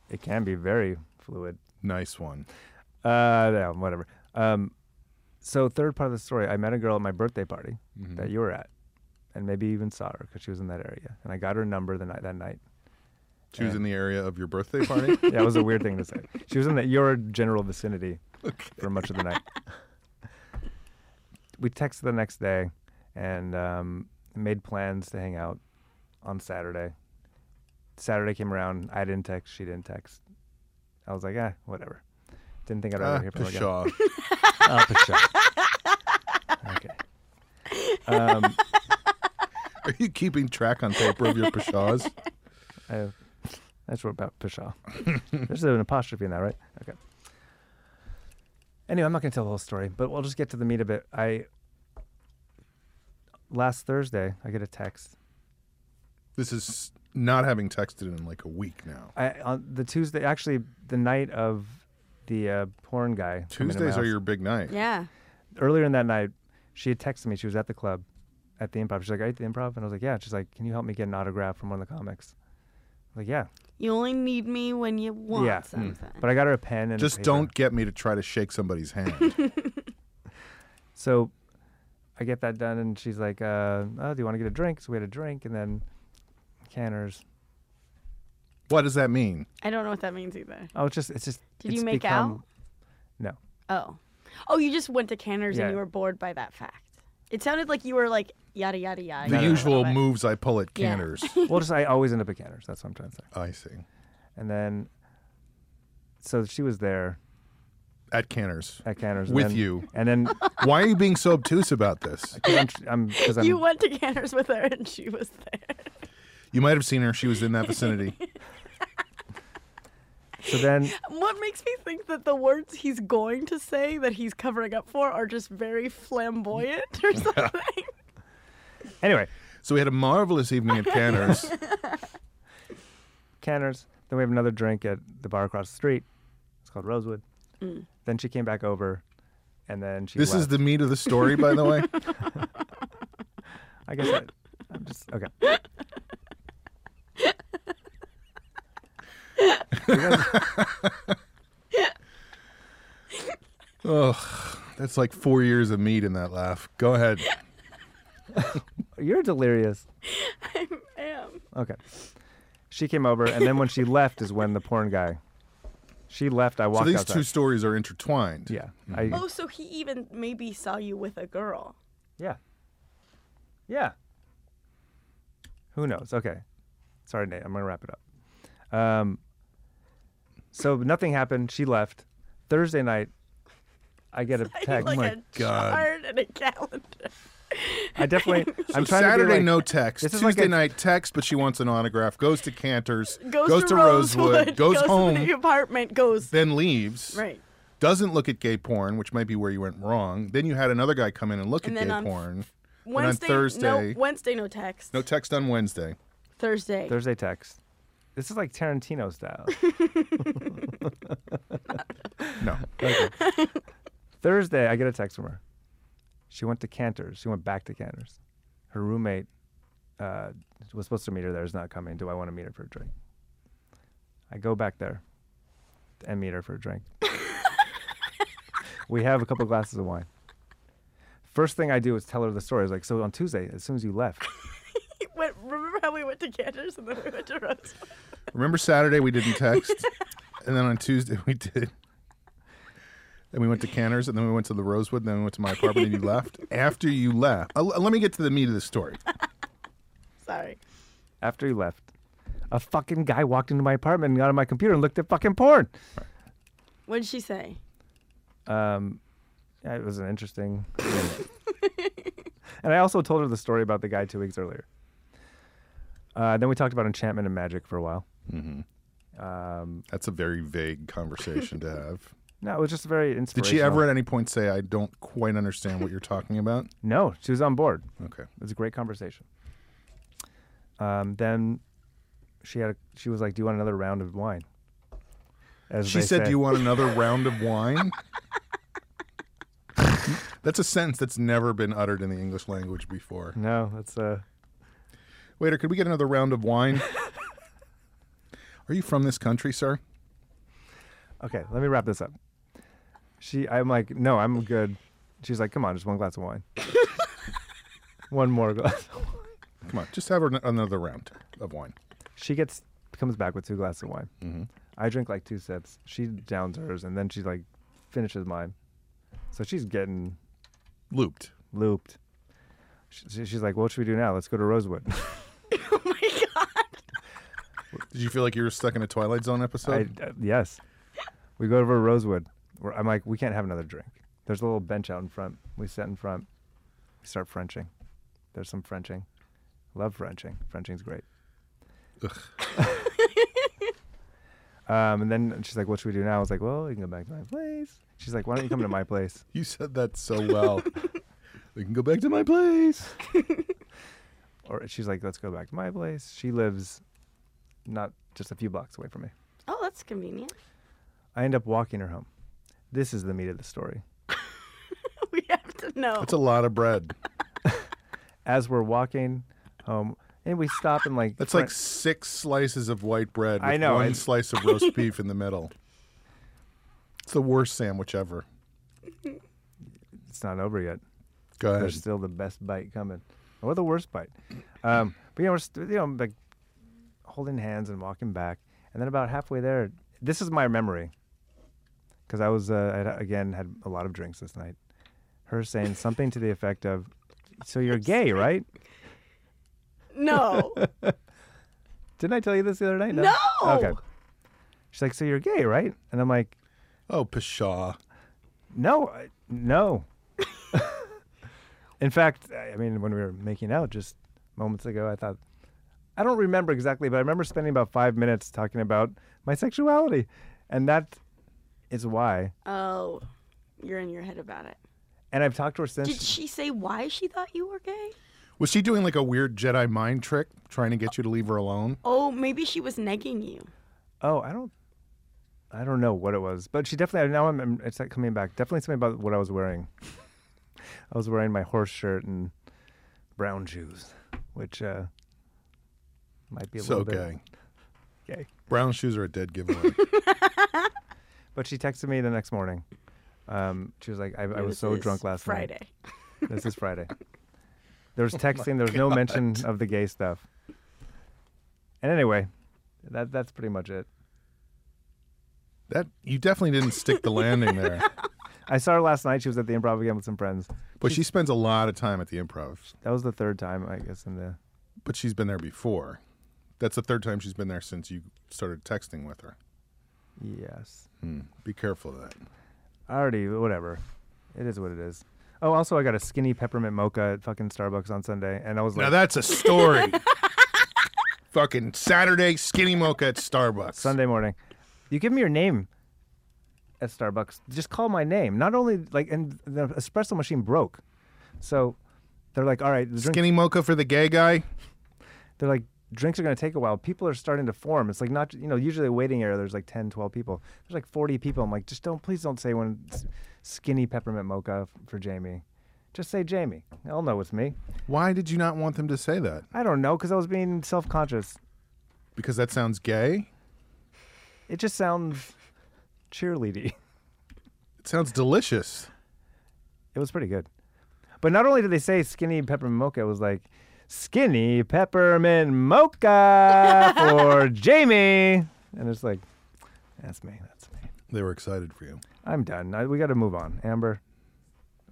Speaker 3: it can be very fluid.
Speaker 2: nice one.
Speaker 3: Uh, yeah, whatever. Um, so third part of the story, I met a girl at my birthday party that you were at, and maybe even saw her because she was in that area. And I got her number the night that night.
Speaker 2: She was in the area of your birthday party.
Speaker 3: Yeah, it was a weird thing to say. She was in the, your general vicinity for much of the night. we texted the next day, and um, made plans to hang out on Saturday. Saturday came around. I didn't text. She didn't text. I was like, ah, whatever. Didn't think I'd ever
Speaker 2: ah,
Speaker 3: hear from her again.
Speaker 2: pshaw.
Speaker 3: Oh, for sure. okay. Um,
Speaker 2: Are you keeping track on paper of your pshaws?
Speaker 3: I, Oh, that's what about Pshaw. There's an apostrophe in that, right? Okay. Anyway, I'm not going to tell the whole story, but we'll just get to the meat of it. I last Thursday, I get a text.
Speaker 2: This is not having texted in like a week now.
Speaker 3: I on the Tuesday, actually, the night of the uh, porn guy. coming to my
Speaker 2: Tuesdays are
Speaker 3: house.
Speaker 2: your big night.
Speaker 4: Yeah.
Speaker 3: earlier in that night, she had texted me. She was at the club, at the improv. She's like, "Are you at the improv?" And I was like, "Yeah." She's like, "Can you help me get an autograph from one of the comics?" I was like, "Yeah."
Speaker 4: You only need me when you want
Speaker 2: Hmm.
Speaker 3: Yeah. Mm.
Speaker 4: something.
Speaker 3: But I got her a pen and a
Speaker 2: Just
Speaker 3: paper.
Speaker 2: don't get me to try to shake somebody's hand.
Speaker 3: So I get that done, and she's like, uh, "Oh, do you want to get a drink?" So we had a drink, and then Canners.
Speaker 2: what does that mean?
Speaker 4: I don't know what that means either.
Speaker 3: Oh, it's just it's just.
Speaker 4: Did
Speaker 3: it's
Speaker 4: you make
Speaker 3: become-
Speaker 4: out?
Speaker 3: No,
Speaker 4: Oh. Oh, you just went to Canner's
Speaker 3: Yeah.
Speaker 4: and you were bored by that fact. It sounded like you were like yada yada yada.
Speaker 2: The
Speaker 4: yada,
Speaker 2: usual
Speaker 4: but-
Speaker 2: moves I pull at
Speaker 4: Yeah.
Speaker 2: canners.
Speaker 3: well, just I always end up at Canners. That's what I'm trying to say.
Speaker 2: I see.
Speaker 3: And then, so she was there
Speaker 2: At canners.
Speaker 3: at Canners and
Speaker 2: With
Speaker 3: then-
Speaker 2: you.
Speaker 3: and then
Speaker 2: Why are you being so obtuse about this?
Speaker 3: 'cause I'm tr- I'm because I'm
Speaker 4: You went to Canner's with her and she was there.
Speaker 2: You might have seen her. She was in that vicinity.
Speaker 3: so then
Speaker 4: What makes me think that the words he's going to say that he's covering up for are just very flamboyant or something?
Speaker 3: anyway
Speaker 2: So we had a marvelous evening at Canners.
Speaker 3: Canners. Then we have another drink at the bar across the street. It's called Rosewood.
Speaker 4: Mm.
Speaker 3: Then she came back over, and then she.
Speaker 2: this is
Speaker 3: left.
Speaker 2: the meat of the story, by the way.
Speaker 3: I guess I, I'm just okay. You guys-
Speaker 2: Ugh, that's like four years of meat in that laugh. Go ahead.
Speaker 3: You're delirious.
Speaker 4: I am.
Speaker 3: Okay. She came over, and then when she left is when the porn guy. She left. I
Speaker 2: So
Speaker 3: walked
Speaker 2: these
Speaker 3: outside.
Speaker 2: two Mm-hmm. stories are intertwined.
Speaker 3: yeah. I,
Speaker 4: Oh, so he even maybe saw you with a girl.
Speaker 3: yeah. Yeah. Who knows? Okay. Sorry, Nate. I'm gonna wrap it up. Um. So nothing happened. She left. Thursday night, I get a
Speaker 4: I need
Speaker 3: text.
Speaker 4: like a
Speaker 2: God.
Speaker 4: chart and a calendar.
Speaker 3: I definitely. I'm trying to be
Speaker 2: Saturday,
Speaker 3: like,
Speaker 2: no text.
Speaker 3: This is
Speaker 2: Tuesday
Speaker 3: like a-
Speaker 2: night, text, but she wants an autograph. Goes to Cantor's.
Speaker 4: Goes,
Speaker 2: to, Rosewood. Goes, home.
Speaker 4: to the apartment. Goes
Speaker 2: then leaves.
Speaker 4: right.
Speaker 2: Doesn't look at gay porn, which might be where you went wrong. Then you had another guy come in and look
Speaker 4: And
Speaker 2: at
Speaker 4: then
Speaker 2: gay
Speaker 4: on
Speaker 2: porn. And
Speaker 4: Wednesday,
Speaker 2: on Thursday,
Speaker 4: no Wednesday, no text.
Speaker 2: no text on Wednesday.
Speaker 4: Thursday.
Speaker 3: Thursday text. This is like Tarantino style.
Speaker 2: No.
Speaker 3: Thursday, I get a text from her. She went to Cantor's. She went back to Cantor's. Her roommate uh, was supposed to meet her there. Is not coming. Do I want to meet her for a drink? I go back there and meet her for a drink. we have a couple glasses of wine. First thing I do is tell her the story. I was like, so on Tuesday, as soon as you left,
Speaker 4: Went, remember how we went to Cantor's and then we went to Rose?
Speaker 2: Remember Saturday we didn't text, and then on Tuesday we did. Then we went to Canners, and then we went to the Rosewood, and then we went to my apartment, and you left. After you left, uh, let me get to the meat of the story.
Speaker 4: Sorry.
Speaker 3: after you left, a fucking guy walked into my apartment and got on my computer and looked at fucking porn.
Speaker 4: What did she say?
Speaker 3: Um, yeah, it was an interesting. and I also told her the story about the guy two weeks earlier. Uh, then we talked about enchantment and magic for a while. Um,
Speaker 2: Mm-hmm. That's a very vague conversation to have.
Speaker 3: no, it was just very inspirational.
Speaker 2: Did she ever at any point say, "I don't quite understand what you're talking about"?
Speaker 3: No, she was on board.
Speaker 2: Okay.
Speaker 3: It was a great conversation. Um, then she had. A, she was like, "Do you want another round of wine?" As
Speaker 2: She
Speaker 3: they
Speaker 2: said,
Speaker 3: say.
Speaker 2: "Do you want another round of wine?" that's a sentence that's never been uttered in the English language before.
Speaker 3: No, that's uh,
Speaker 2: Waiter, could we get another round of wine? Are you from this country, sir?
Speaker 3: Okay, let me wrap this up. She, I'm like, no, I'm good. She's like, come on, just one glass of wine. one more glass.
Speaker 2: Come on, just have an- another round of wine.
Speaker 3: She gets comes back with two glasses of wine. I drink like two sips. She downs hers, and then she like finishes mine. So she's getting
Speaker 2: Looped.
Speaker 3: looped. She, she- she's like, what should we do now? Let's go to Rosewood.
Speaker 4: Oh my god.
Speaker 2: Did you feel like you were stuck in a Twilight Zone
Speaker 3: I,
Speaker 2: episode?
Speaker 3: uh, yes, we go over to Rosewood. Where I'm like, we can't have another drink. There's a little bench out in front. We sit in front. We start Frenching. There's some Frenching. Love Frenching. Frenching's great. um, and then she's like, "What should we do now?" I was like, "Well, you can go back to my place." She's like, "Why don't you come to my place?"
Speaker 2: you said that so well. we can go back to my place.
Speaker 3: Or she's like, "Let's go back to my place." She lives not just a few blocks away from me.
Speaker 4: Oh, that's convenient.
Speaker 3: I end up walking her home. This is the meat of the story.
Speaker 4: We have to know.
Speaker 2: That's a lot of bread.
Speaker 3: as we're walking home, and we stop and like
Speaker 2: That's
Speaker 3: fri-
Speaker 2: like six slices of white bread. With
Speaker 3: I know,
Speaker 2: One
Speaker 3: and-
Speaker 2: slice of roast beef in the middle. It's the worst sandwich ever.
Speaker 3: it's not over yet.
Speaker 2: Go ahead.
Speaker 3: There's still the best bite coming, or the worst bite. Um, but you know, we're st- you know, like holding hands and walking back, and then about halfway there, this is my memory, because I was uh, I, again had a lot of drinks this night. Her saying something to the effect of, "So you're gay, right?
Speaker 4: no.
Speaker 3: Didn't I tell you this the other night?
Speaker 4: No!
Speaker 3: Okay. She's like, "So you're gay, right?" And I'm like,
Speaker 2: Oh, pshaw.
Speaker 3: No, I- no. In fact, I I mean, when we were making out just moments ago, I thought, I don't remember exactly, but I remember spending about five minutes talking about my sexuality. And that is why.
Speaker 4: Oh, you're in your head about it.
Speaker 3: And I've talked to her since.
Speaker 4: Did she say why she thought you were gay?
Speaker 2: Was she doing like a weird Jedi mind trick, trying to get you to leave her alone?
Speaker 4: Oh, maybe she was negging you.
Speaker 3: oh, I don't. I don't know what it was, but she definitely. Now I'm. I'm- It's like coming back. Definitely something about what I was wearing. I was wearing my horse shirt and brown shoes, which uh, might be a
Speaker 2: So
Speaker 3: little bit
Speaker 2: gay.
Speaker 3: gay.
Speaker 2: Brown shoes are a dead giveaway.
Speaker 3: But she texted me the next morning. Um, she was like, I, I
Speaker 4: It
Speaker 3: was so
Speaker 4: this
Speaker 3: drunk last
Speaker 4: Friday. Oh
Speaker 3: night. Friday. This is Friday. There was texting. There was no mention of the gay stuff. And anyway, that that's pretty much it.
Speaker 2: that you definitely didn't stick the landing there.
Speaker 3: I saw her last night. She was at the improv again with some friends.
Speaker 2: But she spends a lot of time at the improv.
Speaker 3: That was the third time, I guess, in the.
Speaker 2: But she's been there before. That's the third time she's been there since you started texting with her.
Speaker 3: Yes.
Speaker 2: Be careful of that.
Speaker 3: I already, whatever. It is what it is. Oh, also, I got a skinny peppermint mocha at fucking Starbucks on Sunday, and I was
Speaker 2: Now
Speaker 3: like,
Speaker 2: that's a story. Fucking Saturday skinny mocha at Starbucks.
Speaker 3: Sunday morning. You give me your name at Starbucks. Just call my name. Not only like, and the espresso machine broke, so they're like, all right, the drink.
Speaker 2: Skinny mocha for the gay guy.
Speaker 3: They're like, drinks are going to take a while. People are starting to form. It's like not, you know, usually a waiting area, there's like 10, 12 people. There's like 40 people. I'm like, just don't, please don't say one s- skinny peppermint mocha f- for Jamie. Just say Jamie. I'll know it's me.
Speaker 2: Why did you not want them to say that?
Speaker 3: I don't know because I was being self conscious.
Speaker 2: Because that sounds gay.
Speaker 3: It just sounds cheerleady.
Speaker 2: It sounds delicious.
Speaker 3: It was pretty good. But not only did they say skinny peppermint mocha, it was like skinny peppermint mocha for Jamie. And it's like, that's me. That's me.
Speaker 2: They were excited for you.
Speaker 3: I'm done. I, we got to move on. Amber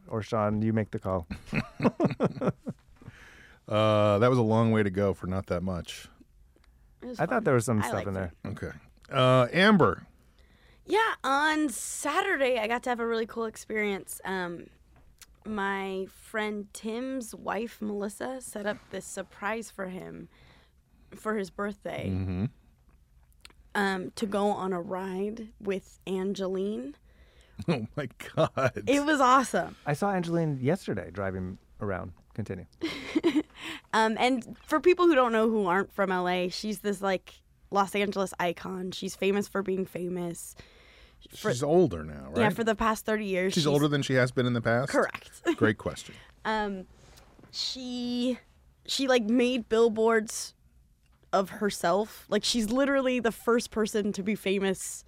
Speaker 3: or Sean, you make the call.
Speaker 2: Uh, that was a long way to go for not that much.
Speaker 4: It was
Speaker 3: I
Speaker 4: fun.
Speaker 3: thought there was some
Speaker 4: I
Speaker 3: stuff
Speaker 4: liked
Speaker 3: in
Speaker 4: it.
Speaker 3: there.
Speaker 2: Okay. Uh, Amber.
Speaker 4: Yeah, on Saturday I got to have a really cool experience. Um, my friend Tim's wife Melissa set up this surprise for him for his birthday.
Speaker 2: Mm-hmm.
Speaker 4: Um, to go on a ride with Angeline.
Speaker 2: Oh my God.
Speaker 4: It was awesome.
Speaker 3: I saw Angeline yesterday driving around. Continue.
Speaker 4: Um, and for people who don't know who aren't from LA, she's this like Los Angeles icon. She's famous for being famous.
Speaker 2: she's older now, right?
Speaker 4: Yeah, for the past 30 years.
Speaker 2: she's, older than she has been in the past.
Speaker 4: Correct.
Speaker 2: Great question.
Speaker 4: um she she like made billboards of herself like she's literally the first person to be famous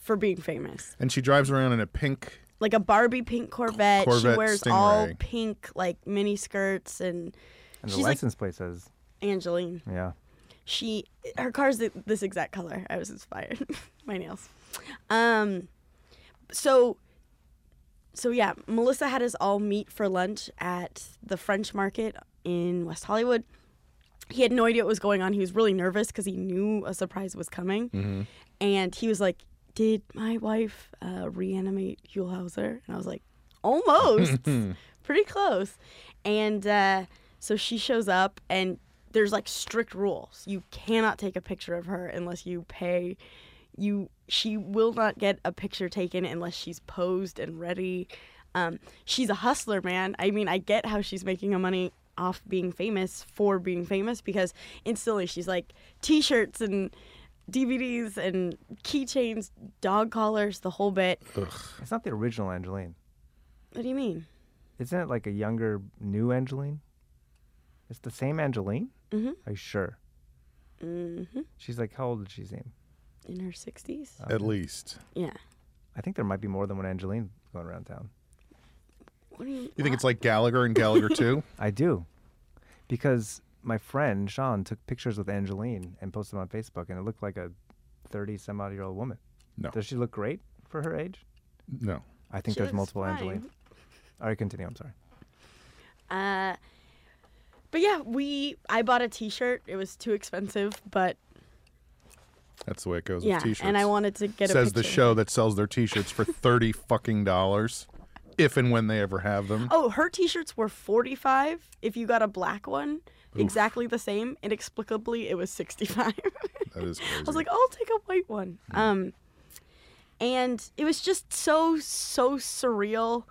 Speaker 4: for being famous
Speaker 2: And she drives around in a pink.
Speaker 4: like a barbie pink corvette,
Speaker 2: Corvette
Speaker 4: she wears
Speaker 2: Stingray.
Speaker 4: all pink like mini skirts and,
Speaker 3: And the
Speaker 4: she's like
Speaker 3: license plate says,
Speaker 4: angeline
Speaker 3: yeah.
Speaker 4: she her car's th- this exact color i was inspired my nails um so so yeah melissa had us all meet for lunch at the french market in west hollywood he had no idea what was going on he was really nervous because he knew a surprise was coming and he was like did my wife uh, reanimate Huell Hauser? And I was like, almost, pretty close. And uh, so she shows up, and there's like strict rules. You cannot take a picture of her unless you pay. You she will not get a picture taken unless she's posed and ready. Um, she's a hustler, man. I mean, I get how she's making her money off being famous for being famous because instantly she's like t-shirts and DVDs and keychains, dog collars, the whole bit.
Speaker 3: It's not the original Angeline.
Speaker 4: What do you mean?
Speaker 3: Isn't it like a younger, new Angeline? It's the same Angeline? Mm-hmm. Are you sure?
Speaker 4: Mm-hmm.
Speaker 3: She's like, how old did she seem?
Speaker 4: In her 60s?
Speaker 2: At least.
Speaker 4: Yeah.
Speaker 3: I think there might be more than one Angeline going around town.
Speaker 4: What do you,
Speaker 2: You think it's like Gallagher and Gallagher too?
Speaker 3: I do. Because my friend Sean took pictures with Angeline and posted them on Facebook, and it looked like a 30 some odd year old woman.
Speaker 2: No.
Speaker 3: Does she look great for her age?
Speaker 2: No.
Speaker 3: I think
Speaker 4: She
Speaker 3: there's
Speaker 4: looks
Speaker 3: multiple
Speaker 4: fine.
Speaker 3: Angeline. All right, continue. I'm sorry.
Speaker 4: Uh, but yeah, we. I bought a T-shirt. It was too expensive, but
Speaker 2: That's the way it goes
Speaker 4: yeah,
Speaker 2: with t-shirts.
Speaker 4: and I wanted to get a
Speaker 2: Says
Speaker 4: picture.
Speaker 2: the show that sells their t-shirts for 30 fucking dollars if and when they ever have them.
Speaker 4: Oh, her T-shirts were forty-five. If you got a black one, exactly the same. Inexplicably, it was sixty-five.
Speaker 2: That is crazy.
Speaker 4: I was like, I'll take a white one. Um, and it was just so so surreal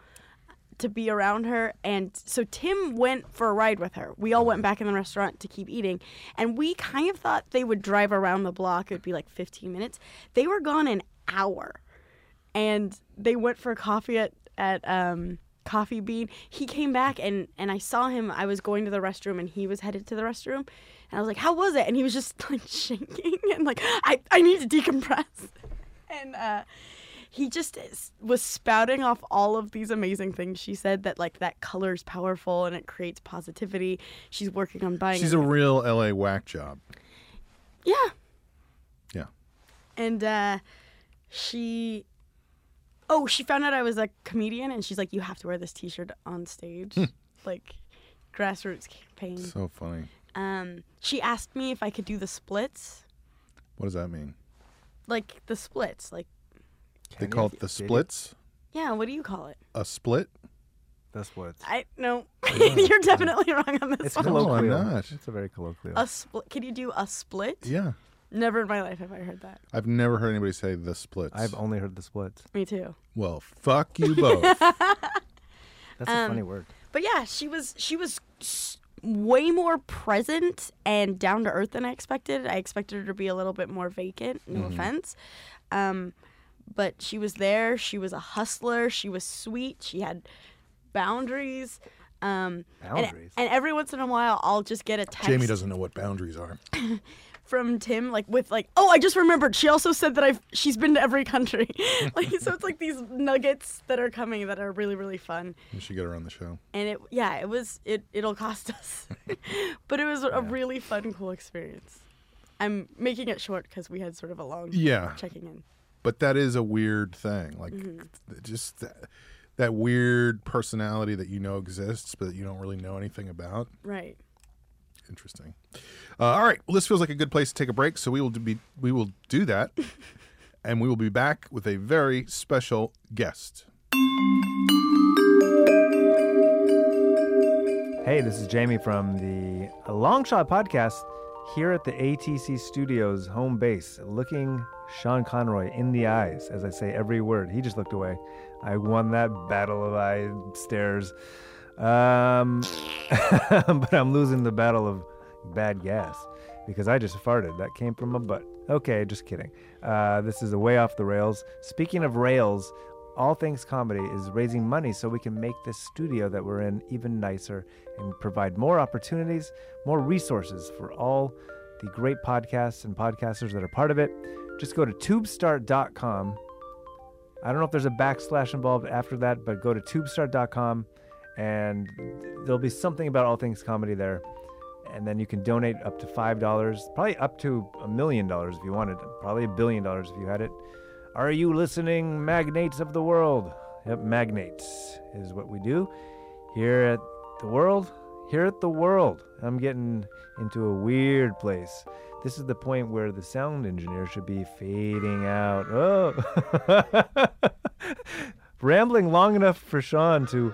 Speaker 4: to be around her. And so Tim went for a ride with her. We all went back in the restaurant to keep eating, and we kind of thought they would drive around the block. It would be like 15 minutes. They were gone an hour, and they went for coffee at at um. Coffee Bean. He came back and and I saw him. I was going to the restroom and he was headed to the restroom, and I was like, "How was it?" And he was just like shaking and like, "I I need to decompress," and uh, he just is- was spouting off all of these amazing things she said that like that color is powerful and it creates positivity. She's working on buying.
Speaker 2: She's a real LA whack job.
Speaker 4: yeah,
Speaker 2: Yeah.
Speaker 4: and uh, she oh she found out i was a comedian and she's like you have to wear this t-shirt on stage like grassroots campaign
Speaker 2: So funny.
Speaker 4: um, she asked me if i could do the splits
Speaker 2: What does that mean?
Speaker 4: like the splits like
Speaker 2: They
Speaker 3: Can
Speaker 2: call
Speaker 3: you-
Speaker 2: it the
Speaker 3: did you-
Speaker 2: splits.
Speaker 4: yeah what do you call it
Speaker 2: A split?
Speaker 3: That's what. it's-
Speaker 4: i no you're definitely wrong on
Speaker 3: It's
Speaker 4: this one
Speaker 2: No, I'm
Speaker 3: colloquial.
Speaker 2: not.
Speaker 3: It's a very colloquial.
Speaker 4: a split can you do a split
Speaker 2: Yeah.
Speaker 4: never in my life have i heard that
Speaker 2: I've never heard anybody say the splits.
Speaker 3: I've only heard the splits.
Speaker 4: me too
Speaker 2: well, fuck you both.
Speaker 4: Um,
Speaker 3: That's a funny word.
Speaker 4: but yeah she was she was s- way more present and down to earth than I expected. I expected her to be a little bit more vacant, no
Speaker 2: Mm-hmm.
Speaker 4: offense. Um, but she was there. She was a hustler. She was sweet. She had boundaries. Um, and-
Speaker 3: Boundaries?
Speaker 4: And, every once in a while, I'll just get a text
Speaker 2: Jamie doesn't know what boundaries are.
Speaker 4: from Tim, like with like, oh, I just remembered. She also said that I've she's been to every country. like so, it's like these nuggets that are coming that are really really fun.
Speaker 2: We should get her on the show.
Speaker 4: And it yeah, it was it it'll cost us, but it was a really fun cool experience. I'm making it short because we had sort of a long
Speaker 2: Yeah.
Speaker 4: checking in.
Speaker 2: But that is a weird thing. Like th- just that, that weird personality that you know exists, but you don't really know anything about.
Speaker 4: Right.
Speaker 2: Interesting. Uh, all right. Well, this feels like a good place to take a break, so we will be we will do that, and we will be back with a very special guest.
Speaker 3: Hey, this is Jamie from the Long Shot Podcast here at the ATC Studios home base, looking Sean Conroy in the eyes as I say every word. He just looked away. I won that battle of eye stares. Um, but I'm losing the battle of bad gas because I just farted. That came from my butt. Okay, just kidding. Uh, this is a way off the rails. Speaking of rails, all Things Comedy is raising money so we can make this studio that we're in even nicer and provide more opportunities, more resources for all the great podcasts and podcasters that are part of it. Just go to tubestart.com I don't know if there's a backslash involved after that, but go to tubestart.com and there'll be something about all things comedy there. And then you can donate up to $5, probably up to a million dollars if you wanted, probably a billion dollars if you had it. Are you listening, magnates of the world? Yep, magnates is what we do here at the world. Here at the world. I'm getting into a weird place. This is the point where the sound engineer should be fading out. Oh. Rambling long enough for Sean to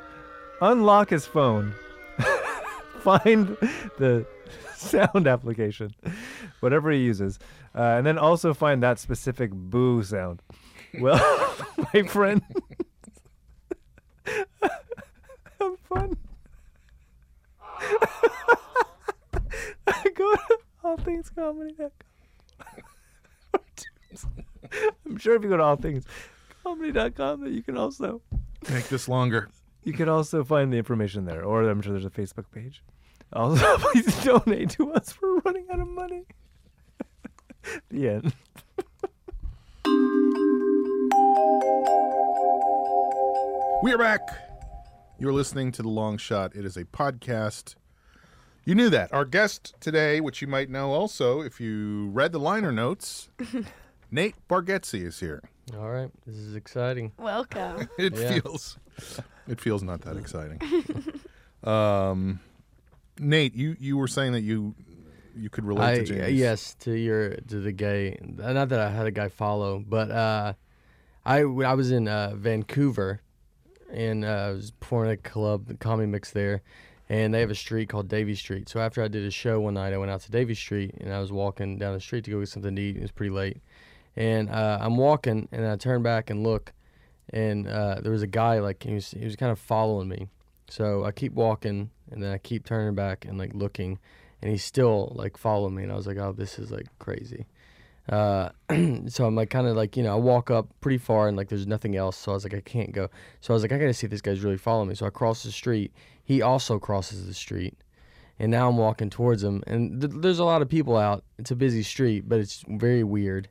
Speaker 3: unlock his phone, find the sound application, whatever he uses, uh, and then also find that specific boo sound. Well, my friend. have fun. Go to allthingscomedy.com. Or Tunes. I'm sure if you go to allthingscomedy.com that you can also
Speaker 2: Make this longer.
Speaker 3: you can also find the information there, or I'm sure there's a Facebook page. Also, please donate to us. We're running out of money. the end.
Speaker 2: We are back. You're listening to The Long Shot. It is a podcast. You knew that. Our guest today, which you might know also if you read the liner notes, Nate Bargatze is here.
Speaker 5: All right, this is exciting.
Speaker 4: Welcome.
Speaker 2: It
Speaker 5: Yeah.
Speaker 2: feels it feels not that exciting. um, Nate, you you were saying that you you could relate
Speaker 5: I,
Speaker 2: to James.
Speaker 5: yes, to your to the gay. Not that I had a guy follow, but uh, I when I was in uh, Vancouver, and uh, I was performing at a club, the comedy mix there, and they have a street called Davy Street. So after I did a show one night, I went out to Davy Street, and I was walking down the street to go get something to eat. It was pretty late, and uh, I'm walking, and I turn back and look, and uh, there was a guy like he was he was kind of following me. So I keep walking, and then I keep turning back and like looking, and he's still like following me. And I was like, oh, this is like crazy. Uh, so I'm like kind of like you know I walk up pretty far and like there's nothing else. So I was like I can't go. So I was like I gotta see if this guy's really following me. So I cross the street. He also crosses the street, and now I'm walking towards him. And th- there's a lot of people out. It's a busy street, but it's very weird.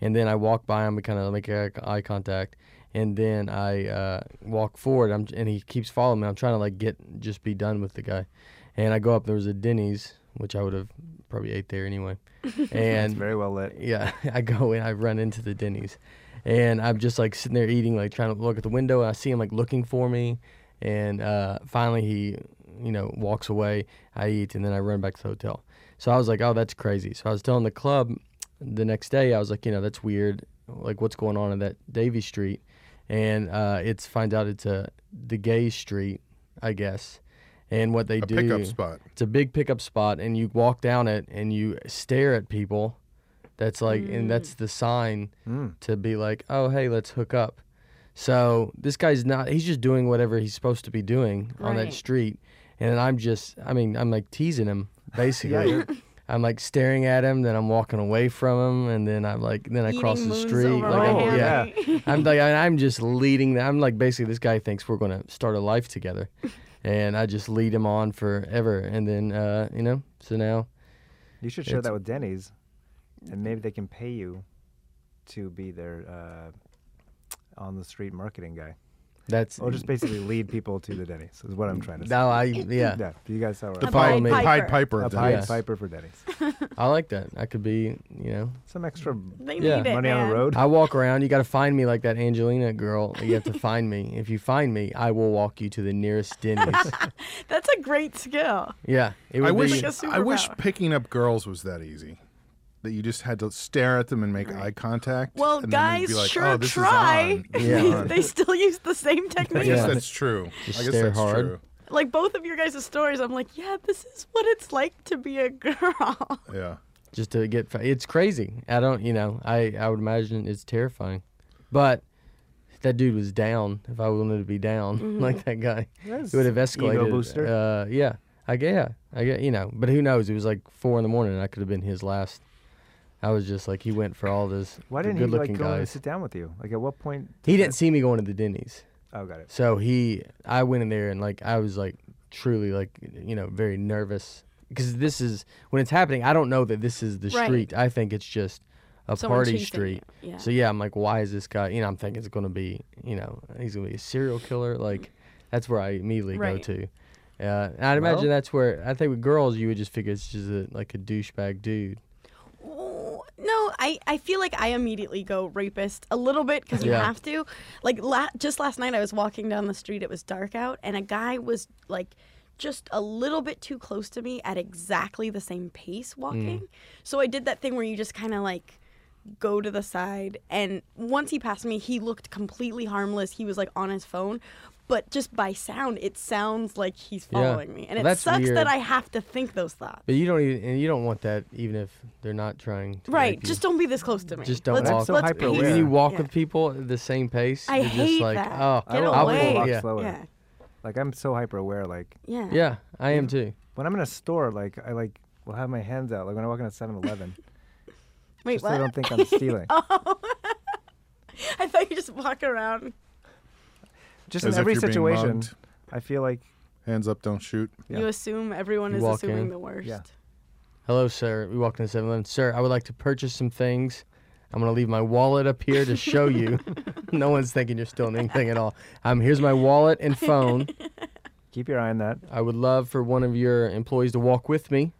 Speaker 5: And then I walk by him and kind of make eye eye contact. And then I uh, walk forward. I'm and he keeps following me. I'm trying to like get just be done with the guy. And I go up. There was a Denny's, which I would have probably ate there anyway.
Speaker 3: It's
Speaker 5: And
Speaker 3: very well lit.
Speaker 5: yeah, I go in, I run into the Denny's, and I'm just like sitting there eating, like trying to look at the window, and I see him like looking for me, and uh, finally he, you know, walks away. I eat, and then I run back to the hotel. So I was like, oh, that's crazy. So I was telling the club the next day, I was like, you know, that's weird. Like, what's going on in that Davy Street? And uh, it's find out it's a the gay street, I guess. And what they
Speaker 2: a
Speaker 5: do,
Speaker 2: pickup spot.
Speaker 5: it's a big pickup spot and you walk down it and you stare at people that's like and
Speaker 4: Mm.
Speaker 5: that's the sign
Speaker 3: Hmm.
Speaker 5: to be like oh hey let's hook up so this guy's not he's just doing whatever he's supposed to be doing on that
Speaker 4: Right.
Speaker 5: street and I'm just, I mean, I'm like teasing him
Speaker 3: Yeah,
Speaker 5: basically.
Speaker 3: you're-
Speaker 5: I'm like staring at him, then I'm walking away from him, and then I'm like, then I
Speaker 4: Eating
Speaker 5: cross the
Speaker 4: moons
Speaker 5: street.
Speaker 4: over
Speaker 5: like,
Speaker 4: my
Speaker 5: I'm-
Speaker 4: hand.
Speaker 5: yeah,
Speaker 4: Right.
Speaker 5: I'm like, I- I'm just leading. I'm like, basically, this guy thinks we're gonna start a life together, and I just lead him on forever, and then, uh, you know, so now,
Speaker 3: You should share
Speaker 5: It's-
Speaker 3: that with Denny's, and maybe they can pay you to be their uh, on the street marketing guy,
Speaker 5: that's
Speaker 3: or just basically lead people to the Denny's. Is what I'm trying to say.
Speaker 5: no, I yeah,
Speaker 3: yeah. You guys saw
Speaker 4: The
Speaker 3: right.
Speaker 4: A Pied
Speaker 5: me.
Speaker 4: Piper.
Speaker 2: Pied Piper.
Speaker 3: A
Speaker 2: of
Speaker 3: Pied
Speaker 5: Yes.
Speaker 3: Piper for Denny's.
Speaker 5: I like that. I could be, you know,
Speaker 3: Some extra
Speaker 4: They
Speaker 5: Yeah.
Speaker 4: need it.
Speaker 3: money on
Speaker 4: man.
Speaker 3: the road.
Speaker 5: I walk around. You got to find me like that Angelina girl. You have to find me. If you find me, I will walk you to the nearest Denny's.
Speaker 4: That's a great skill.
Speaker 5: yeah, it would
Speaker 2: I
Speaker 5: be.
Speaker 2: wish
Speaker 4: Like a
Speaker 2: I wish
Speaker 4: superpower.
Speaker 2: picking up girls was that easy. That you just had to stare at them and make eye contact.
Speaker 4: Well,
Speaker 2: and then you'd
Speaker 4: guys,
Speaker 2: be like,
Speaker 4: sure
Speaker 2: "Oh, this is
Speaker 4: try.
Speaker 2: on. This is
Speaker 5: Yeah.
Speaker 2: on."
Speaker 4: they still use the same technique.
Speaker 2: I guess
Speaker 5: Yeah.
Speaker 2: that's true.
Speaker 5: Just
Speaker 2: I guess
Speaker 5: stare
Speaker 2: that's
Speaker 5: hard.
Speaker 2: true.
Speaker 4: Like both of your guys' stories, I'm like, yeah, this is what it's like to be a girl.
Speaker 2: Yeah.
Speaker 5: just to get fa- it's crazy i don't you know i i would imagine it's terrifying but if that dude was down if i wanted to be down like that guy it would have escalated
Speaker 3: Ego booster.
Speaker 5: uh yeah i get yeah i get you know but who knows it was like four in the morning and i could have been his last i was just like he went for all this
Speaker 3: Why
Speaker 5: the
Speaker 3: didn't he
Speaker 5: good
Speaker 3: like
Speaker 5: looking
Speaker 3: go and
Speaker 5: guys
Speaker 3: sit down with you? Like at what point?
Speaker 5: he didn't see me going to the denny's
Speaker 3: Oh, got it.
Speaker 5: so he, I went in there and like I was like truly like you know very nervous because this is when it's happening. I don't know that this is the
Speaker 4: Right.
Speaker 5: street. I think it's just a
Speaker 4: Someone
Speaker 5: party
Speaker 4: chasing
Speaker 5: street.
Speaker 4: you, yeah.
Speaker 5: So yeah, I'm like, why is this guy? You know, I'm thinking it's gonna be you know he's gonna be a serial killer. Like that's where I immediately
Speaker 4: Right.
Speaker 5: go to. Uh, and I'd imagine
Speaker 3: Well-
Speaker 5: that's where I think with girls you would just figure it's just a, like a douchebag dude.
Speaker 4: Oh, no, I, I feel like I immediately go rapist a little bit because you
Speaker 5: Yeah.
Speaker 4: have to. Like la- just last night, I was walking down the street. It was dark out, and a guy was like just a little bit too close to me at exactly the same pace walking.
Speaker 5: Mm.
Speaker 4: So I did that thing where you just kind of like go to the side, and once he passed me, he looked completely harmless. He was like on his phone. But just by sound, it sounds like he's
Speaker 5: Yeah.
Speaker 4: following me, and
Speaker 5: Well,
Speaker 4: it
Speaker 5: that's
Speaker 4: sucks
Speaker 5: weird.
Speaker 4: that I have to think those thoughts.
Speaker 5: But you don't even and you don't want that even if they're not trying. to
Speaker 4: Right,
Speaker 5: rape you.
Speaker 4: just don't be this close to me.
Speaker 5: Just don't
Speaker 4: Let's-
Speaker 5: walk.
Speaker 3: So
Speaker 4: let's
Speaker 3: hyper
Speaker 4: be-
Speaker 5: But
Speaker 3: aware.
Speaker 5: when you walk
Speaker 4: Yeah.
Speaker 5: with people at the same pace,
Speaker 4: I
Speaker 5: you're
Speaker 4: hate
Speaker 5: just like,
Speaker 4: that.
Speaker 5: oh,
Speaker 4: Get
Speaker 3: I will
Speaker 5: I
Speaker 3: walk
Speaker 5: would
Speaker 4: away.
Speaker 5: walk
Speaker 3: yeah.
Speaker 5: yeah.
Speaker 3: slower.
Speaker 4: Yeah,
Speaker 3: Like I'm so hyper aware. Like
Speaker 4: yeah,
Speaker 5: Yeah, I am too.
Speaker 3: when I'm in a store, like I like will have my hands out. Like when I walk in a 7-Eleven,
Speaker 4: Wait,
Speaker 3: just so
Speaker 4: what? Oh.
Speaker 3: I don't think I'm stealing.
Speaker 4: I thought you just walk around.
Speaker 3: Just
Speaker 2: As
Speaker 3: in
Speaker 2: if
Speaker 3: every
Speaker 2: you're being
Speaker 3: situation,
Speaker 2: mugged.
Speaker 3: I feel like
Speaker 2: Hands up, don't shoot.
Speaker 3: Yeah.
Speaker 4: You assume everyone
Speaker 5: You
Speaker 4: is
Speaker 5: walk
Speaker 4: assuming
Speaker 5: in.
Speaker 4: the worst.
Speaker 3: Yeah.
Speaker 5: Hello, sir. We walked in 7 Eleven. Sir, I would like to purchase some things. I'm going to leave my wallet up here to show you. no one's thinking you're stealing anything at all. Um, here's my wallet and phone.
Speaker 3: keep your eye on that.
Speaker 5: I would love for one of your employees to walk with me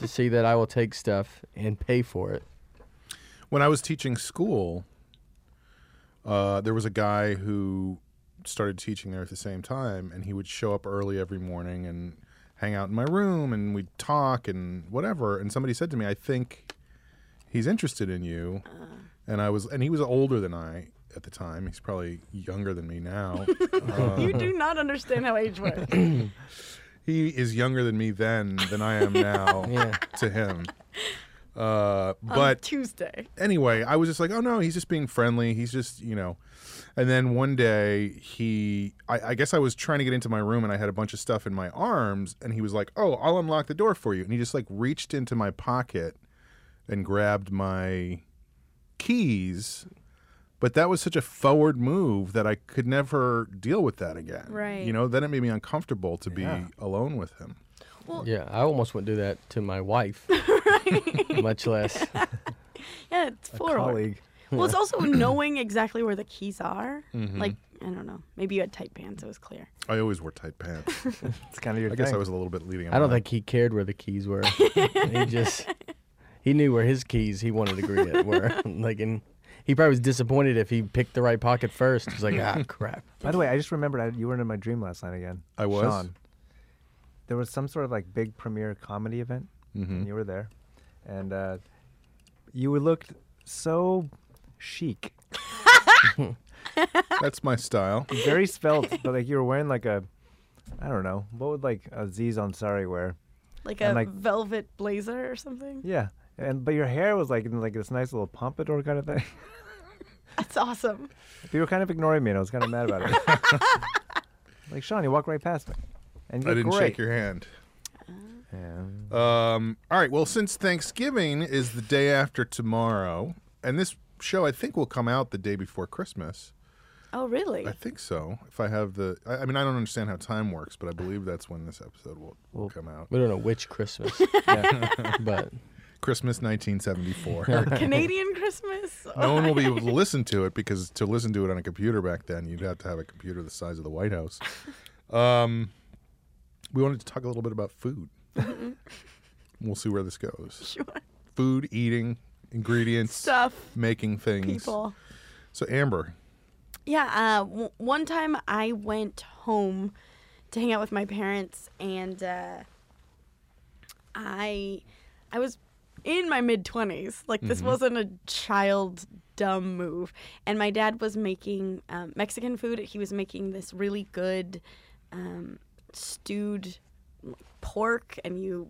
Speaker 5: to see that I will take stuff and pay for it.
Speaker 2: When I was teaching school, uh, there was a guy who started teaching there at the same time, and he would show up early every morning and hang out in my room, and we'd talk and whatever. And somebody said to me, "I think he's interested in you," and I was, and he was older than I at the time. He's probably younger than me now.
Speaker 4: You do not understand how age works.
Speaker 2: he is younger than me then than I am now
Speaker 5: Yeah.
Speaker 2: to him. Uh,
Speaker 4: on
Speaker 2: but
Speaker 4: Tuesday.
Speaker 2: anyway, I was just like, oh no, he's just being friendly. He's just, you know. And then one day he, I, I guess I was trying to get into my room and I had a bunch of stuff in my arms. And he was like, oh, I'll unlock the door for you. And he just like reached into my pocket and grabbed my keys. But that was such a forward move that I could never deal with that again.
Speaker 4: Right.
Speaker 2: You know, then it made me uncomfortable to
Speaker 3: Yeah.
Speaker 2: be alone with him.
Speaker 5: Yeah, I almost wouldn't do that to my wife, much less.
Speaker 4: Yeah, it's forward.
Speaker 3: Colleague,
Speaker 4: Well, it's also knowing exactly where the keys are.
Speaker 2: Mm-hmm.
Speaker 4: Like, I don't know. Maybe you had tight pants. It was clear.
Speaker 2: I always wore tight pants.
Speaker 3: it's kind of your
Speaker 2: I
Speaker 3: thing.
Speaker 2: guess I was a little bit leading.
Speaker 5: I don't
Speaker 2: on.
Speaker 5: think he cared where the keys were. he just he knew where his keys he wanted to get were. like and he probably was disappointed if he picked the right pocket first. He's like, ah crap.
Speaker 3: By the way, I just remembered I, you were in my dream last night again.
Speaker 2: I was?
Speaker 3: Sean. There was some sort of like big premiere comedy event,
Speaker 2: Mm-hmm.
Speaker 3: and you were there, and uh, you were- looked so chic,
Speaker 2: that's my style.
Speaker 3: very spelt, but like you were wearing like a, I don't know, what would like Aziz Ansari wear?
Speaker 4: Like
Speaker 3: And
Speaker 4: a
Speaker 3: like-
Speaker 4: velvet blazer or something.
Speaker 3: Yeah, and but your hair was like in like this nice little pompadour kind of thing.
Speaker 4: That's awesome.
Speaker 3: But you were kind of ignoring me, and I was kind of mad about it. like Sean, you walked right past me. And you
Speaker 2: I
Speaker 3: look
Speaker 2: didn't
Speaker 3: great.
Speaker 2: shake your hand.
Speaker 3: Yeah.
Speaker 2: Um, all right. Well, since Thanksgiving is the day after tomorrow, and this show I think will come out the day before Christmas.
Speaker 4: Oh, really?
Speaker 2: I think so. If I have the, I, I mean, I don't understand how time works, but I believe that's when this episode will, will come out.
Speaker 5: We don't know which Christmas, but
Speaker 2: Christmas 1974.
Speaker 4: Canadian Christmas?
Speaker 2: no one will be able to listen to it because to listen to it on a computer back then, you'd have to have a computer the size of the White House. Um, we wanted to talk a little bit about food. we'll see where this goes.
Speaker 4: Mm-hmm. Sure.
Speaker 2: Food, eating, ingredients,
Speaker 4: Stuff,
Speaker 2: making things.
Speaker 4: people.
Speaker 2: So Amber,
Speaker 4: Yeah, uh, w- one time I went home to hang out with my parents, and uh, I, I was in my mid twenties. Like this wasn't a child dumb move. And my dad was making um, Mexican food. He was making this really good um, stewed pork, and you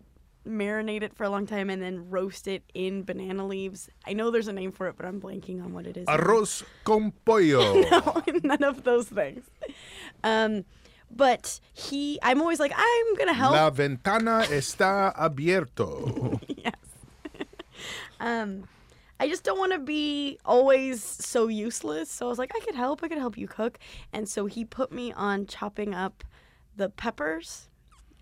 Speaker 4: marinate it for a long time and then roast it in banana leaves. I know there's a name for it, but I'm blanking on what it is. now.
Speaker 2: arroz con pollo.
Speaker 4: none of those things. Um, but he, I'm always like, I'm gonna help.
Speaker 2: La ventana está abierto.
Speaker 4: Yes. um, I just don't want to be always so useless. So I was like, I could help. I could help you cook. And so he put me on chopping up the peppers.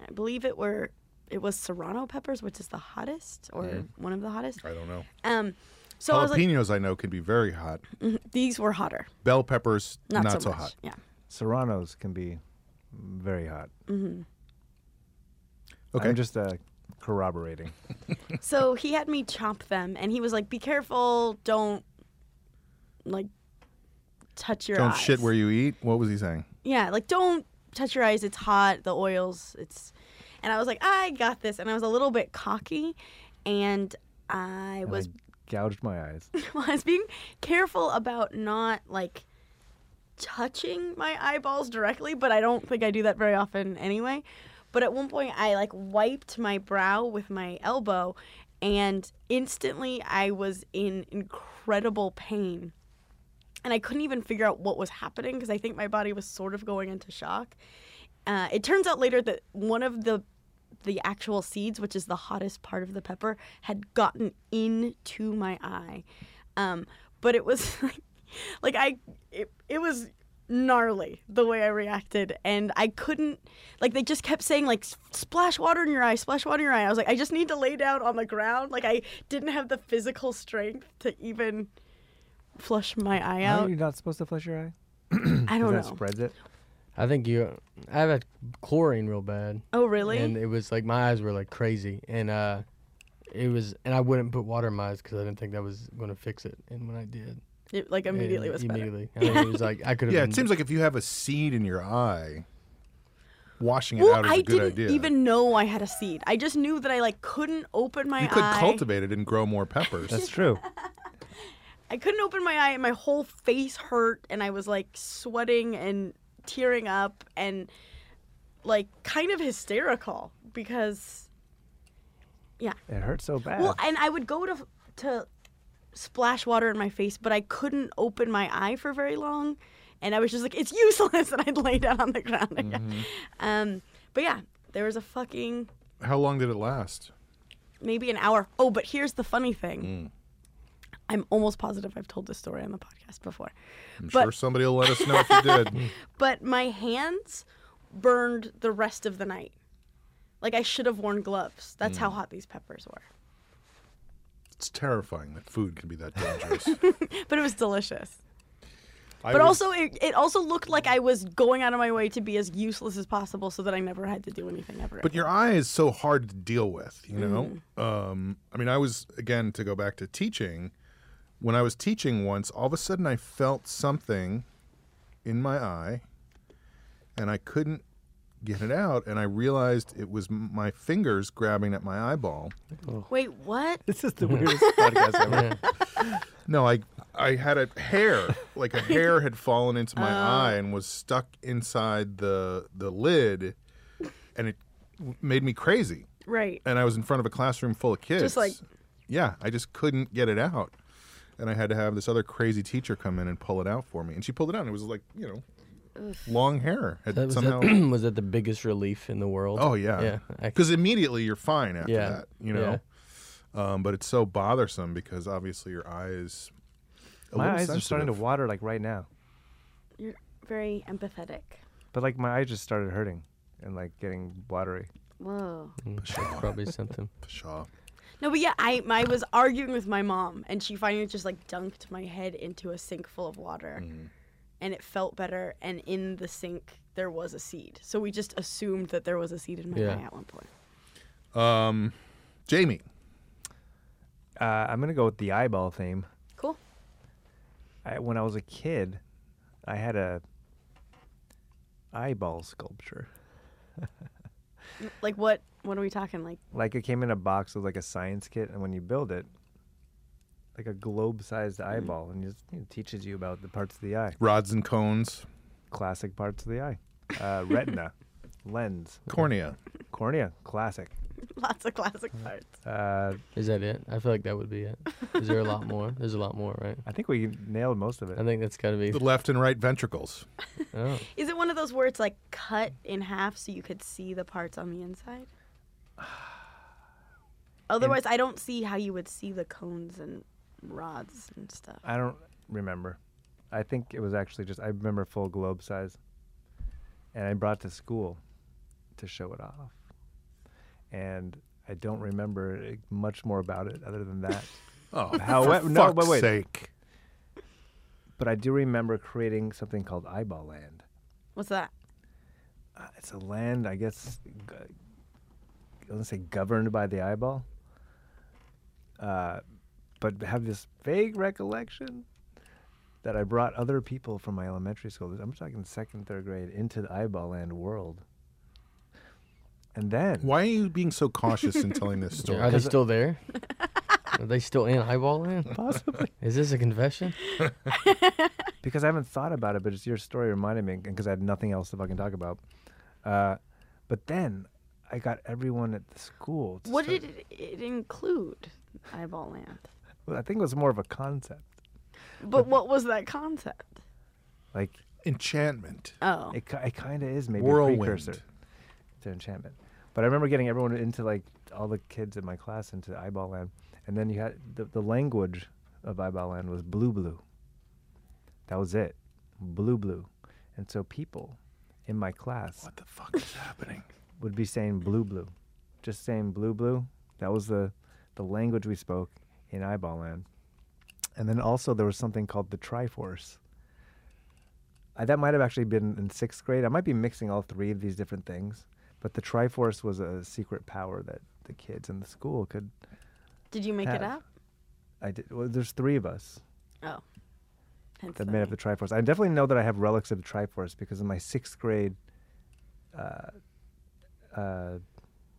Speaker 4: I believe it were it was serrano peppers, which is the hottest or
Speaker 2: Mm-hmm.
Speaker 4: one of the hottest.
Speaker 2: I don't know.
Speaker 4: Um, so I was like,
Speaker 2: Jalapenos, I know, can be very hot.
Speaker 4: these were hotter,
Speaker 2: Bell peppers,
Speaker 4: not,
Speaker 2: not,
Speaker 4: so,
Speaker 2: so
Speaker 4: much.
Speaker 2: hot.
Speaker 4: Yeah.
Speaker 3: Serranos can be very hot.
Speaker 2: Okay.
Speaker 3: I'm just uh, corroborating.
Speaker 4: So he had me chop them, and he was like, "Be careful! Don't like touch your
Speaker 2: Don't
Speaker 4: eyes.
Speaker 2: shit where you eat. What was he saying?
Speaker 4: yeah, like don't touch your eyes. It's hot. The oils. It's." And I was like, "I got this," and I was a little bit cocky, and I
Speaker 3: And
Speaker 4: was
Speaker 3: I gouged my eyes.
Speaker 4: well, I was being careful about not like touching my eyeballs directly, but I don't think I do that very often anyway. But at one point, I like wiped my brow with my elbow, and instantly I was in incredible pain. And I couldn't even figure out what was happening because I think my body was sort of going into shock. Uh, it turns out later that one of the the actual seeds, which is the hottest part of the pepper, had gotten into my eye. Um, but it was like, like I, it, it was gnarly the way I reacted, and I couldn't. Like they just kept saying like "S- splash water in your eye, splash water in your eye. I was like, I just need to lay down on the ground. Like I didn't have the physical strength to even flush my eye
Speaker 3: Are
Speaker 4: out.
Speaker 3: you not supposed to flush your eye?
Speaker 4: I
Speaker 3: 'Cause
Speaker 4: don't know.
Speaker 3: that spreads it.
Speaker 5: I think you. I had chlorine real bad,
Speaker 4: Oh really?
Speaker 5: and it was like my eyes were like crazy, and uh, it was, and I wouldn't put water in my eyes because I didn't think that was going to fix it, and when I did,
Speaker 4: It, like immediately
Speaker 5: it,
Speaker 4: was better.
Speaker 5: immediately, I mean, it was like I could have.
Speaker 2: Yeah,
Speaker 5: been,
Speaker 2: it seems like if you have a seed in your eye, washing it
Speaker 4: Well,
Speaker 2: out is a
Speaker 4: I
Speaker 2: good
Speaker 4: didn't
Speaker 2: idea.
Speaker 4: even know I had a seed. I just knew that I like couldn't open my
Speaker 2: you could
Speaker 4: eye.
Speaker 2: cultivate it and grow more peppers.
Speaker 3: That's true.
Speaker 4: I couldn't open my eye, and my whole face hurt, and I was like sweating and tearing up, and like kind of hysterical because
Speaker 3: It hurts so bad.
Speaker 4: well, and I would go to to splash water in my face, but I couldn't open my eye for very long, and I was just like, it's useless, and I'd lay down on the ground again.
Speaker 2: Mm-hmm.
Speaker 4: Um, but yeah, there was a fucking
Speaker 2: How long did it last?
Speaker 4: maybe an hour. Oh, but here's the funny
Speaker 2: Mm.
Speaker 4: thing. I'm almost positive I've told this story on the podcast before.
Speaker 2: I'm
Speaker 4: But-
Speaker 2: sure somebody will let us know if you did.
Speaker 4: But my hands burned the rest of the night. Like I should have worn gloves. That's
Speaker 2: Mm.
Speaker 4: how hot these peppers were.
Speaker 2: It's terrifying that food can be that dangerous.
Speaker 4: But it was delicious.
Speaker 2: I
Speaker 4: but
Speaker 2: was-
Speaker 4: also it, it also looked like I was going out of my way to be as useless as possible so that I never had to do anything ever.
Speaker 2: But your eye is so hard to deal with, you know? Um, I mean, I was, again, to go back to teaching, when I was teaching once, all of a sudden I felt something in my eye and I couldn't get it out. And I realized it was m- my fingers grabbing at my eyeball.
Speaker 4: Wait, what?
Speaker 3: this is the weirdest podcast ever.
Speaker 2: No, I, I had a hair, like a hair had fallen into my eye and was stuck inside the, the lid, and it w- made me crazy.
Speaker 4: Right.
Speaker 2: and I was in front of a classroom full of kids.
Speaker 4: like-
Speaker 2: yeah, I just couldn't get it out, and I had to have this other crazy teacher come in and pull it out for me. And she pulled it out, and it was like you know, long hair had
Speaker 5: That was,
Speaker 2: somehow.
Speaker 5: that, was that the biggest relief in the world?
Speaker 2: oh yeah,
Speaker 5: yeah.
Speaker 2: Because immediately you're fine after
Speaker 5: Yeah,
Speaker 2: that, you know. Um, but it's so bothersome because obviously your eyes. a
Speaker 3: my
Speaker 2: little
Speaker 3: eyes are starting to
Speaker 2: sensitive.
Speaker 3: water like right now.
Speaker 4: You're very empathetic.
Speaker 3: But like my eyes just started hurting and like getting watery.
Speaker 4: Whoa.
Speaker 5: I, probably something.
Speaker 2: Pshaw.
Speaker 4: No, but yeah, I, I was arguing with my mom, and she finally just like dunked my head into a sink full of water, and it felt better. And in the sink, there was a seed. So we just assumed that there was a seed in my
Speaker 5: Yeah.
Speaker 4: eye at one point.
Speaker 2: Um, Jamie.
Speaker 3: Uh, I'm gonna go with the eyeball theme.
Speaker 4: Cool.
Speaker 3: I, when I was a kid, I had a eyeball sculpture.
Speaker 4: Like what? What are we talking? Like
Speaker 3: Like it came in a box with like a science kit, and when you build it, like a globe-sized eyeball, and it, just, it teaches you about the parts of the eye,
Speaker 2: Rods and cones.
Speaker 3: classic parts of the eye, uh, retina, lens,
Speaker 2: Cornea.
Speaker 3: cornea, classic.
Speaker 4: lots of classic parts.
Speaker 3: Uh,
Speaker 5: Is that it? I feel like that would be it. Is there a lot more? There's a lot more, right?
Speaker 3: I think we nailed most of
Speaker 5: I
Speaker 3: it.
Speaker 5: think that's got to be.
Speaker 2: The left and right ventricles.
Speaker 5: Oh,
Speaker 4: Is it one of those where it's like cut in half so you could see the parts on the inside? Otherwise, I don't see how you would see the cones and rods and stuff.
Speaker 3: I don't remember. I think it was actually just I remember full globe size, and I brought to school to show it off, and I don't remember eh, much more about it other than that.
Speaker 2: Oh,
Speaker 3: However-
Speaker 2: for
Speaker 3: no,
Speaker 2: fuck's
Speaker 3: but wait.
Speaker 2: sake.
Speaker 3: but I do remember creating something called Eyeball Land.
Speaker 4: What's that?
Speaker 3: Uh, it's a land, I guess, g- I want to say governed by the eyeball, uh, but have this vague recollection that I brought other people from my elementary school. I'm talking second, third grade into the Eyeball Land world, and then
Speaker 2: Why are you being so cautious in telling this story?
Speaker 5: are they still there? Are they still in eyeball land?
Speaker 3: possibly
Speaker 5: Is this a confession?
Speaker 3: because I haven't thought about it, but it's your story reminded me because I had nothing else to fucking talk about. Uh, but then I got everyone at the school. To
Speaker 4: What
Speaker 3: start-
Speaker 4: did it, it include, Eyeball Land?
Speaker 3: I think it was more of a concept.
Speaker 4: But what was that concept?
Speaker 3: Like
Speaker 2: Enchantment.
Speaker 4: Oh,
Speaker 3: it, ki- it kind of is maybe
Speaker 2: Whirlwind.
Speaker 3: a precursor to enchantment. But I remember getting everyone into like all the kids in my class into Eyeball Land, and then you had the, the language of Eyeball Land was blue blue. That was it, blue blue, and so people in my class
Speaker 2: What the fuck is happening?
Speaker 3: would be saying blue blue, just saying blue blue. That was the the language we spoke in Eyeball Land. And then also there was something called the Triforce. I, that might have actually been in sixth grade. I might be mixing all three of these different things, but the Triforce was a secret power that the kids in the school could.
Speaker 4: did you make it
Speaker 3: have.
Speaker 4: up?
Speaker 3: I did. Well, there's three of us
Speaker 4: Oh, hence
Speaker 3: that
Speaker 4: the
Speaker 3: made up
Speaker 4: name.
Speaker 3: the Triforce. I definitely know that I have relics of the Triforce because in my sixth grade uh, uh,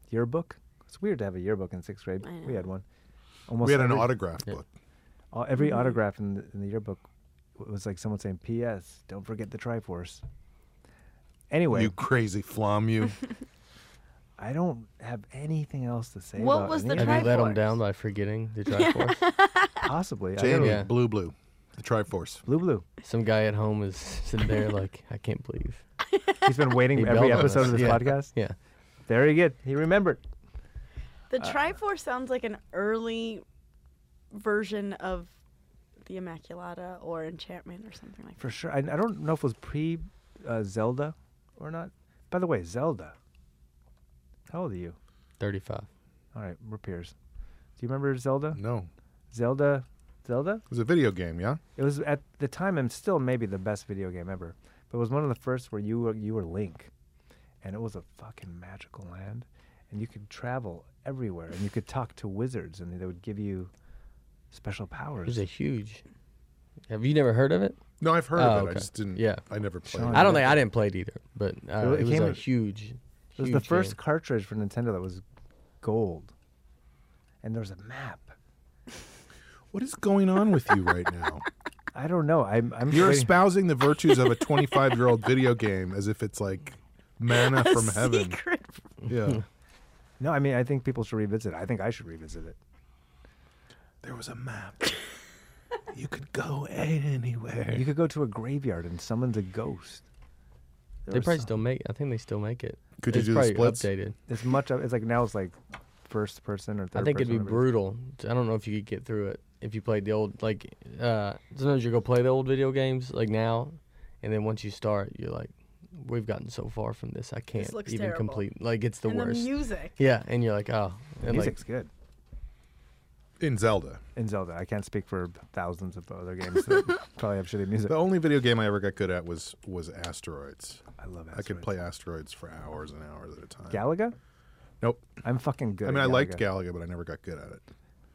Speaker 3: yearbook, it's weird to have a yearbook in sixth grade.
Speaker 4: I
Speaker 3: We
Speaker 4: know.
Speaker 3: had one. Almost
Speaker 2: We had an
Speaker 3: every,
Speaker 2: autograph book.
Speaker 3: au- every
Speaker 4: Mm-hmm.
Speaker 3: autograph in the, in the yearbook w- was like someone saying, "P.S. Don't forget the Triforce." Anyway,
Speaker 2: You crazy flom, you.
Speaker 3: I don't have anything else to say.
Speaker 4: What
Speaker 3: about
Speaker 4: was the
Speaker 3: any of
Speaker 5: Have
Speaker 3: it.
Speaker 5: you let them
Speaker 4: Triforce.
Speaker 5: down by forgetting the Triforce?
Speaker 3: Possibly I don't
Speaker 2: Jamie,
Speaker 3: know.
Speaker 5: Yeah.
Speaker 2: Blue Blue, the Triforce.
Speaker 3: blue blue.
Speaker 5: Some guy at home is sitting there like, I can't believe.
Speaker 3: He's been waiting
Speaker 5: He
Speaker 3: for every
Speaker 5: bailed on
Speaker 3: episode
Speaker 5: us.
Speaker 3: of this
Speaker 5: Yeah.
Speaker 3: podcast.
Speaker 5: Yeah.
Speaker 3: There he get. He remembered.
Speaker 4: The Triforce sounds like an early version of the Immaculata or Enchantment or something like that.
Speaker 3: for sure. I, I don't know if it was pre uh, Zelda or not. By the way, Zelda. How old are you?
Speaker 5: 35.
Speaker 3: All right, we're peers. Do you remember
Speaker 5: Mm.
Speaker 3: Zelda?
Speaker 2: No,
Speaker 3: Zelda, Zelda.
Speaker 2: it was a video game, yeah.
Speaker 3: It was at the time and still maybe the best video game ever. But it was one of the first where you were, you were Link, and it was a fucking magical land, and you could travel everywhere, and you could talk to wizards, and they would give you special
Speaker 5: It
Speaker 3: powers.
Speaker 5: was a huge. Have you never heard of it?
Speaker 2: No, I've heard
Speaker 5: Oh,
Speaker 2: of it. I
Speaker 5: okay.
Speaker 2: just didn't.
Speaker 5: Yeah.
Speaker 2: I never played.
Speaker 3: Sean.
Speaker 2: it.
Speaker 5: I don't think I didn't play it either, but
Speaker 3: Well,
Speaker 5: uh,
Speaker 3: it
Speaker 5: it, was
Speaker 3: came
Speaker 5: a
Speaker 3: with-
Speaker 5: huge.
Speaker 3: It was the
Speaker 5: huge
Speaker 3: first
Speaker 5: game.
Speaker 3: cartridge for Nintendo that was gold, and there was a map.
Speaker 2: What is going on with you right now?
Speaker 3: I don't know. I'm. I'm
Speaker 2: You're
Speaker 3: waiting-
Speaker 2: espousing the virtues of a 25 year old video game as if it's like manna from heaven.
Speaker 4: Secret.
Speaker 2: Yeah.
Speaker 3: No, I mean, I think people should revisit. it. I think I should revisit it.
Speaker 2: There was a map. You could go anywhere.
Speaker 3: You could go to a graveyard and summon's a ghost.
Speaker 5: They
Speaker 3: were
Speaker 5: probably
Speaker 3: so-
Speaker 5: still make. I think they still make it.
Speaker 2: Could you
Speaker 5: It's
Speaker 2: do the
Speaker 5: probably
Speaker 2: splits?
Speaker 5: Updated.
Speaker 3: It's much. of- It's like now it's like first person or third.
Speaker 5: I think it'd
Speaker 3: person,
Speaker 5: be
Speaker 3: whatever it is.
Speaker 5: brutal. I don't know if you could get through it if you played the old like. uh Sometimes you go play the old video games like now, and then once you start, you're like, we've gotten so far from this, I can't
Speaker 4: looks
Speaker 5: even
Speaker 4: terrible."
Speaker 5: complete. Like it's the
Speaker 6: and
Speaker 5: worst.
Speaker 6: the music.
Speaker 5: yeah, and you're like, oh, and like
Speaker 3: Music's good
Speaker 2: In Zelda.
Speaker 3: in Zelda. I can't speak for thousands of other games that probably have shitty music.
Speaker 2: The only video game I ever got good at was was Asteroids.
Speaker 3: I love.
Speaker 2: I could
Speaker 3: Asteroids.
Speaker 2: play Asteroids for hours and hours at a time.
Speaker 3: Galaga.
Speaker 2: Nope.
Speaker 3: I'm fucking good.
Speaker 2: I mean,
Speaker 3: at
Speaker 2: I
Speaker 3: Galaga.
Speaker 2: liked Galaga, but I never got good at it.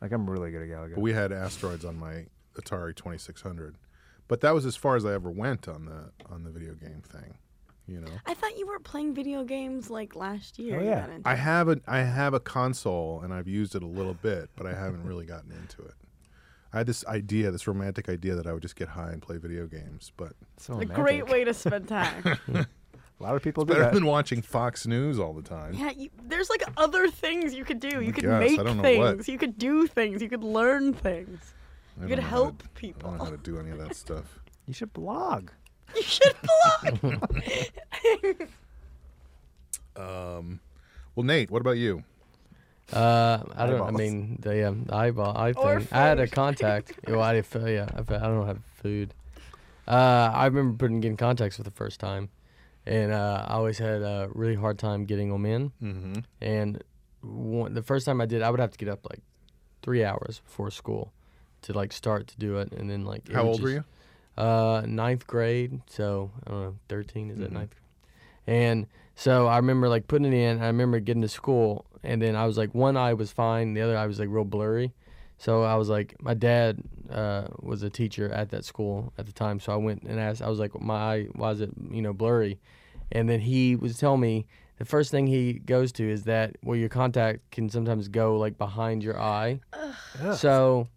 Speaker 3: Like I'm really good at Galaga.
Speaker 2: But we had Asteroids on my Atari 2600. But that was as far as I ever went on the on the video game thing, you know.
Speaker 4: I thought you weren't playing video games like last year.
Speaker 3: Oh,
Speaker 4: you
Speaker 3: yeah.
Speaker 4: got into-
Speaker 2: I have a I have a console and I've used it a little bit, but I haven't really gotten into it. I had this idea, this romantic idea that I would just get high and play video games, but
Speaker 3: so
Speaker 4: a
Speaker 3: romantic.
Speaker 4: great way to spend time.
Speaker 3: A lot of people do
Speaker 2: better
Speaker 3: that.
Speaker 2: than watching Fox News all the time.
Speaker 4: yeah, you, there's like other things you could do. You could
Speaker 2: guess. I
Speaker 4: make
Speaker 2: don't know what.
Speaker 4: things. You could do things. You could learn things.
Speaker 2: I don't
Speaker 4: You could
Speaker 2: know how
Speaker 4: help
Speaker 2: to- I
Speaker 4: people.
Speaker 2: don't know how to do any of that stuff.
Speaker 3: you should blog.
Speaker 4: You should blog.
Speaker 2: Well, Nate, what about you?
Speaker 5: Uh, I don't.
Speaker 2: Eyeballs.
Speaker 5: I mean, the um, the eyeball eye
Speaker 4: Or
Speaker 5: thing. I had a
Speaker 4: food.
Speaker 5: contact. well, I did. Yeah, I, fe- I don't have food. Uh, I remember putting getting contacts for the first time, and uh, I always had a really hard time getting them in.
Speaker 2: Mm-hmm.
Speaker 5: And one, the first time I did, I would have to get up like three hours before school to like start to do it, and then like. it
Speaker 2: How
Speaker 5: would
Speaker 2: old were
Speaker 5: just-
Speaker 2: you?
Speaker 5: uh, ninth grade. So I don't know, thirteen is it ninth? And so I remember like putting it in. I remember getting to school, and then I was like, one eye was fine, the other eye was like real blurry. So I was like, my dad uh, was a teacher at that school at the time. So I went and asked. I was like, my eye, why is it you know blurry? And then he was telling me. The first thing he goes to is that well, your contact can sometimes go like behind your eye.
Speaker 3: Ugh.
Speaker 5: So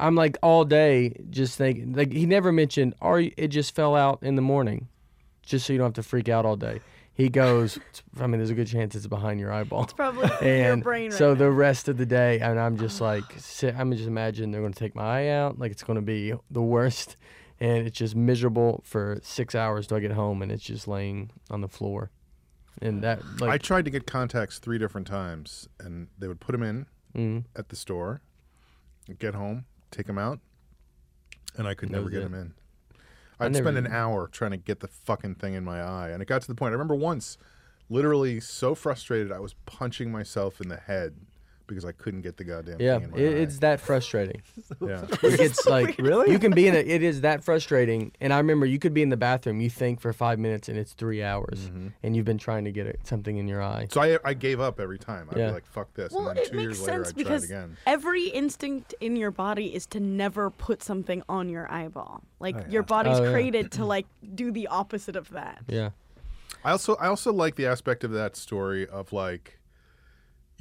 Speaker 5: I'm like all day just thinking. Like he never mentioned, or it just fell out in the morning, just so you don't have to freak out all day. He goes, it's- I mean, there's a good chance it's behind your eyeball.
Speaker 4: Probably in your
Speaker 5: And
Speaker 4: brain. Right
Speaker 5: so
Speaker 4: now.
Speaker 5: the rest of the day, and I'm just like, sit, I'm just imagine they're gonna take my eye out, like it's gonna be the worst, and it's just miserable for six hours till I get home, and it's just laying on the floor, and that
Speaker 2: I
Speaker 5: like,
Speaker 2: tried to get contacts three different times, and they would put them in
Speaker 5: mm,
Speaker 2: at the store, get home, take them out, and I could
Speaker 5: That
Speaker 2: never
Speaker 5: was
Speaker 2: get
Speaker 5: it.
Speaker 2: them in.
Speaker 5: I
Speaker 2: I'd
Speaker 5: never
Speaker 2: spend an
Speaker 5: did.
Speaker 2: hour trying to get the fucking thing in my eye, and it got to the point. I remember once, literally so frustrated, I was punching myself in the head because I couldn't get the goddamn
Speaker 5: yeah,
Speaker 2: thing in my
Speaker 5: it,
Speaker 2: eye.
Speaker 5: it's that frustrating.
Speaker 2: yeah.
Speaker 5: It gets like
Speaker 3: Really?
Speaker 5: You can be in it. It is that frustrating. And I remember you could be in the bathroom. You think for five minutes and it's three hours,
Speaker 2: Mm-hmm.
Speaker 5: and you've been trying to get it, something in your eye.
Speaker 2: So I, I gave up every time. I'd
Speaker 5: Yeah.
Speaker 2: be like, "Fuck this,"
Speaker 4: well,
Speaker 2: and then
Speaker 4: it
Speaker 2: two
Speaker 4: makes
Speaker 2: years later,
Speaker 4: sense
Speaker 2: I tried
Speaker 4: because
Speaker 2: again.
Speaker 4: every instinct in your body is to never put something on your eyeball. Like
Speaker 3: Oh, yeah.
Speaker 4: your body's
Speaker 5: Oh, yeah.
Speaker 4: created to like do the opposite of that.
Speaker 5: Yeah,
Speaker 2: I also I also like the aspect of that story of like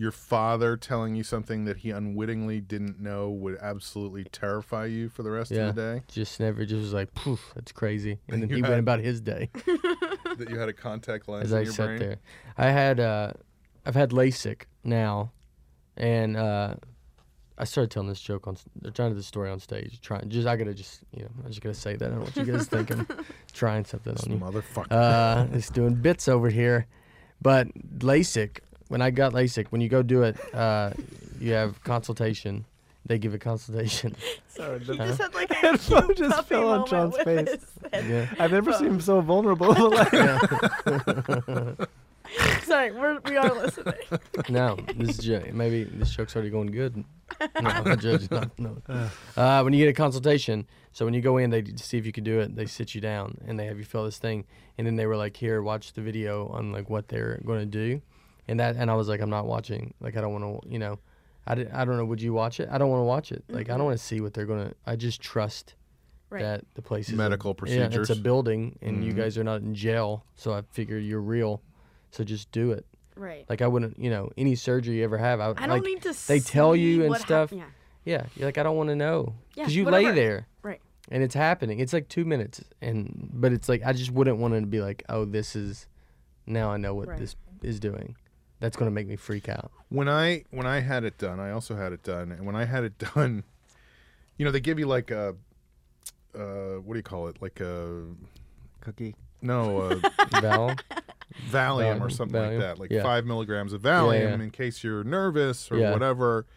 Speaker 2: your father telling you something that he unwittingly didn't know would absolutely terrify you for the rest
Speaker 5: yeah.
Speaker 2: of the day.
Speaker 5: Just never. Just was like, poof, that's crazy. And then
Speaker 2: You
Speaker 5: he
Speaker 2: had-
Speaker 5: went about his day
Speaker 2: That you had a contact lens
Speaker 5: as
Speaker 2: in
Speaker 5: I
Speaker 2: your
Speaker 5: sat
Speaker 2: brain.
Speaker 5: there. I had. Uh, I've had LASIK now, and uh, I started telling this joke on. s- They're trying to the story on stage. Trying. Just I gotta just you know. I was just gonna say that. I don't know what you guys think. I'm trying something
Speaker 2: This
Speaker 5: on you.
Speaker 2: motherfucker.
Speaker 5: uh, it's doing bits over here. But LASIK, when I got LASIK, when you go do it, uh, you have consultation. They give a consultation.
Speaker 3: Sorry,
Speaker 4: He
Speaker 3: the-
Speaker 4: just had like a
Speaker 3: Headphone
Speaker 4: cute
Speaker 3: just
Speaker 4: puppy
Speaker 3: fell on
Speaker 4: moment
Speaker 3: John's
Speaker 4: with
Speaker 3: face.
Speaker 4: his head.
Speaker 5: Yeah.
Speaker 3: I've never seen him so vulnerable. in my life.
Speaker 4: Sorry, we're, we are listening.
Speaker 5: No, this is ju- maybe this joke's already going good. No, the judge is not- no. Uh, when you get a consultation, so when you go in, they d- see if you can do it. They sit you down and they have you fill this thing, and then they were like, "Here, watch the video on like what they're going to do," and that, and I was like, "I'm not watching. Like, I don't want to, you know, I, di- I don't know. Would you watch it? I don't want to watch it. Like, I don't want to see what they're going to. I just trust
Speaker 4: Right.
Speaker 5: that the place is a-
Speaker 2: Medical
Speaker 5: Yeah, it's a
Speaker 2: procedures.
Speaker 5: building, and you
Speaker 2: Mhm.
Speaker 5: guys are not in jail, so I figure you're real. So just do it.
Speaker 4: Right.
Speaker 5: Like I wouldn't, you know, any surgery you ever have. I,
Speaker 4: I don't
Speaker 5: like,
Speaker 4: need to.
Speaker 5: They tell you
Speaker 4: see
Speaker 5: and
Speaker 4: what hap-
Speaker 5: stuff.
Speaker 4: yeah.
Speaker 5: Yeah, you're like I don't want to know
Speaker 4: Yeah,
Speaker 5: because you lay
Speaker 4: whatever.
Speaker 5: there
Speaker 4: Right.
Speaker 5: and it's happening. It's like two minutes, and but it's like I just wouldn't want it to be like, oh, this is now I know what
Speaker 4: Right.
Speaker 5: this is doing. That's gonna make me freak out.
Speaker 2: when I when I had it done, I also had it done, and when I had it done, you know, they give you like a uh, what do you call it? Like a
Speaker 3: Cookie.
Speaker 2: No, uh,
Speaker 5: Val.
Speaker 2: Valium or
Speaker 5: Valium,
Speaker 2: something
Speaker 5: Valium,
Speaker 2: like that, like
Speaker 5: yeah.
Speaker 2: five milligrams of Valium
Speaker 5: yeah.
Speaker 2: in case you're nervous or
Speaker 5: Yeah.
Speaker 2: whatever.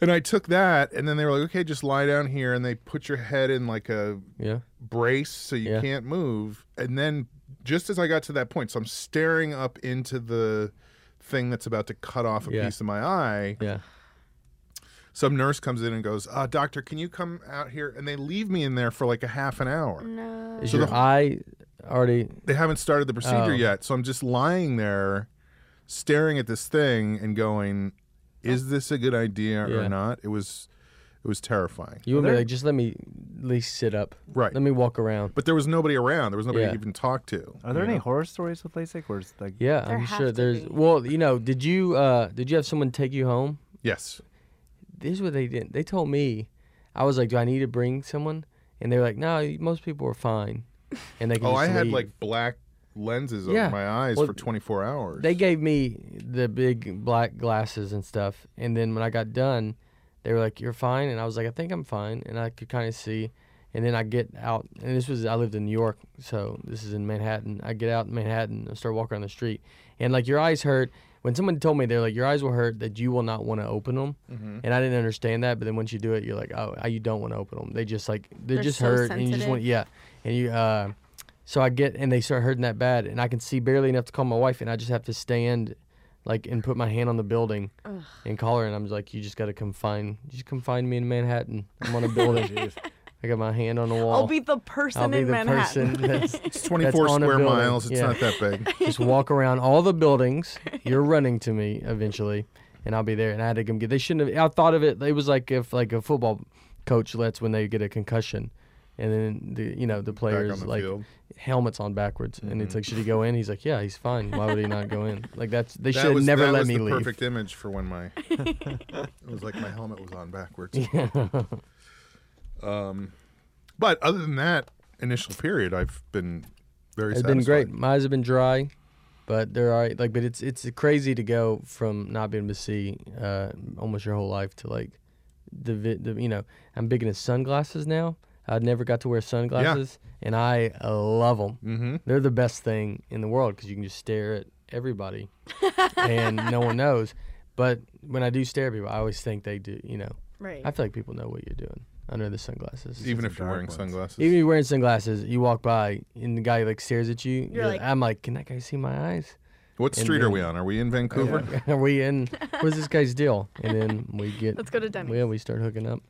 Speaker 2: And I took that, and then they were like, "Okay, just lie down here," and they put your head in like a
Speaker 5: Yeah.
Speaker 2: brace so you
Speaker 5: Yeah.
Speaker 2: can't move. And then just as I got to that point, so I'm staring up into the thing that's about to cut off a
Speaker 5: Yeah.
Speaker 2: piece of my eye.
Speaker 5: Yeah.
Speaker 2: Some nurse comes in and goes, uh, "Doctor, can you come out here?" And they leave me in there for like a half an hour.
Speaker 4: No.
Speaker 5: Is
Speaker 2: So
Speaker 5: your
Speaker 2: the-
Speaker 5: eye already?
Speaker 2: they haven't started the procedure
Speaker 5: Oh.
Speaker 2: yet. So I'm just lying there staring at this thing and going, is this a good idea
Speaker 5: Yeah.
Speaker 2: or not? It was it was terrifying.
Speaker 5: You would be
Speaker 3: there-
Speaker 5: like, just let me at least sit up.
Speaker 2: Right.
Speaker 5: Let me walk around.
Speaker 2: But there was nobody around. There was nobody
Speaker 5: Yeah.
Speaker 2: to even talk to.
Speaker 3: Are there
Speaker 2: you
Speaker 3: any
Speaker 2: know?
Speaker 3: horror stories with LASIK? Where it's like,
Speaker 5: Yeah,
Speaker 4: There
Speaker 5: I'm
Speaker 4: have
Speaker 5: sure
Speaker 4: to
Speaker 5: there's.
Speaker 4: be.
Speaker 5: Well, you know, did you uh did you have someone take you home?
Speaker 2: Yes.
Speaker 5: This is what they did. They told me, I was like, do I need to bring someone? And they were like, no, most people are fine, and they can.
Speaker 2: Oh,
Speaker 5: just
Speaker 2: I had
Speaker 5: leave.
Speaker 2: like black lenses
Speaker 5: Yeah.
Speaker 2: over my eyes
Speaker 5: Well,
Speaker 2: for 24 hours.
Speaker 5: They gave me the big black glasses and stuff, and then when I got done, they were like, "You're fine," and I was like, "I think I'm fine," and I could kind of see. And then I get out, and this was I lived in New York, so this is in Manhattan. I get out in Manhattan, I start walking around the street, and like your eyes hurt. When someone told me they're like, "Your eyes will hurt," that you will not want to open them, and I didn't understand that. But then once you do it, you're like, "Oh, I- you don't want to open them." They just like they're,
Speaker 4: They're
Speaker 5: just
Speaker 4: so
Speaker 5: hurt, and you just want yeah, and you. uh so I get and they start hurting that bad, and I can see barely enough to call my wife, and I just have to stand, like, and put my hand on the building, and call her, and I'm just like, you just gotta come find, you just come find me in Manhattan. I'm on a building. I got my hand on the wall.
Speaker 4: I'll be the person
Speaker 5: I'll be
Speaker 4: in
Speaker 5: the
Speaker 4: Manhattan.
Speaker 5: person that's
Speaker 2: it's 24
Speaker 5: on a
Speaker 2: square
Speaker 5: building.
Speaker 2: miles. It's
Speaker 5: Yeah.
Speaker 2: not that big.
Speaker 5: just walk around all the buildings. You're running to me eventually, and I'll be there. And I had to come get. They shouldn't have. I thought of it. It was like if like a football coach lets when they get a concussion, and then the you know the players
Speaker 2: the
Speaker 5: like
Speaker 2: field.
Speaker 5: helmets on backwards, and
Speaker 2: Mm-hmm.
Speaker 5: it's like should he go in? He's like yeah, he's fine. Why would he not go in? Like that's they should
Speaker 2: That
Speaker 5: have
Speaker 2: was,
Speaker 5: never
Speaker 2: that
Speaker 5: let
Speaker 2: was
Speaker 5: me
Speaker 2: the
Speaker 5: leave.
Speaker 2: perfect image for when my it was like my helmet was on backwards. Um, but other than that initial period, I've been very.
Speaker 5: It's been great.
Speaker 2: satisfied.
Speaker 5: My eyes have been dry, but they're all right. Like, but it's it's crazy to go from not being able to see uh, almost your whole life to like the, vi- the you know I'm big into sunglasses now. I never got to wear sunglasses, and I uh, love them. Mm-hmm. They're the best thing in the world because you can just stare at everybody, and no one knows. But when I do stare at people, I always think they do. You know,
Speaker 4: right.
Speaker 5: I feel like people know what you're doing under the sunglasses.
Speaker 2: even
Speaker 3: Some
Speaker 2: if you're
Speaker 3: dark
Speaker 2: wearing
Speaker 3: ones.
Speaker 2: sunglasses.
Speaker 5: Even if you're wearing sunglasses, you walk by and the guy like stares at you.
Speaker 4: You're
Speaker 5: You're
Speaker 4: like-
Speaker 5: like, I'm like, can that guy see my eyes?
Speaker 2: what
Speaker 5: and
Speaker 2: street are
Speaker 5: then-
Speaker 2: we on? Are we in Vancouver?
Speaker 5: Are we in? What's this guy's deal? And then we get.
Speaker 4: Let's go to Denny's.
Speaker 5: Yeah, we start hooking up.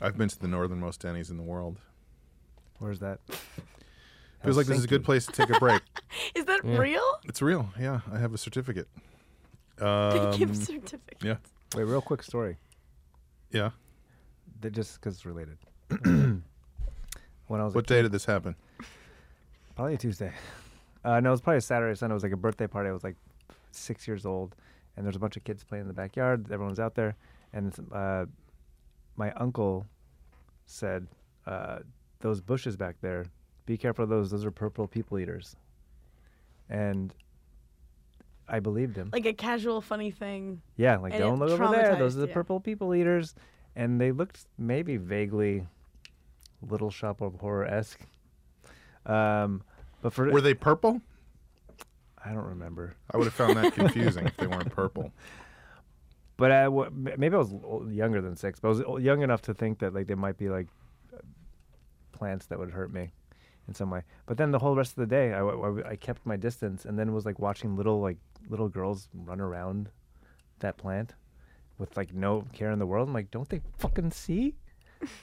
Speaker 2: I've been to the northernmost Denny's in the world.
Speaker 3: where's that?
Speaker 2: Feels like this is a good
Speaker 3: Helsinki.
Speaker 2: place to take a break.
Speaker 4: Is that
Speaker 5: Yeah.
Speaker 4: real?
Speaker 2: it's real. Yeah, I have a certificate.
Speaker 4: they give
Speaker 2: Um,
Speaker 4: certificates.
Speaker 2: yeah,
Speaker 3: Wait, real quick story.
Speaker 2: yeah.
Speaker 3: That just because it's related. when I was a
Speaker 2: What day did this happen?
Speaker 3: Probably a Tuesday. Uh, no, it was probably a Saturday or Sunday. It was like a birthday party. I was like six years old, and there's a bunch of kids playing in the backyard. Everyone's out there, and it's, uh, my uncle said, uh, "Those bushes back there, be careful of those. Those are purple people eaters." And I believed him.
Speaker 4: Like a casual funny thing.
Speaker 3: yeah, like
Speaker 4: and it
Speaker 3: don't look over there. Those
Speaker 4: traumatized
Speaker 3: are the
Speaker 4: you.
Speaker 3: purple people eaters, and they looked maybe vaguely Little Shop of Horror esque. Um, but for
Speaker 2: Were they purple?
Speaker 3: I don't remember.
Speaker 2: I would have found that confusing if they weren't purple.
Speaker 3: But I w- m- maybe I was l- younger than six, but I was o- young enough to think that like they might be like uh, plants that would hurt me in some way. But then the whole rest of the day, I, w- I w- I kept my distance and then was like watching little like little girls run around that plant with like no care in the world. I'm like, don't they fucking see?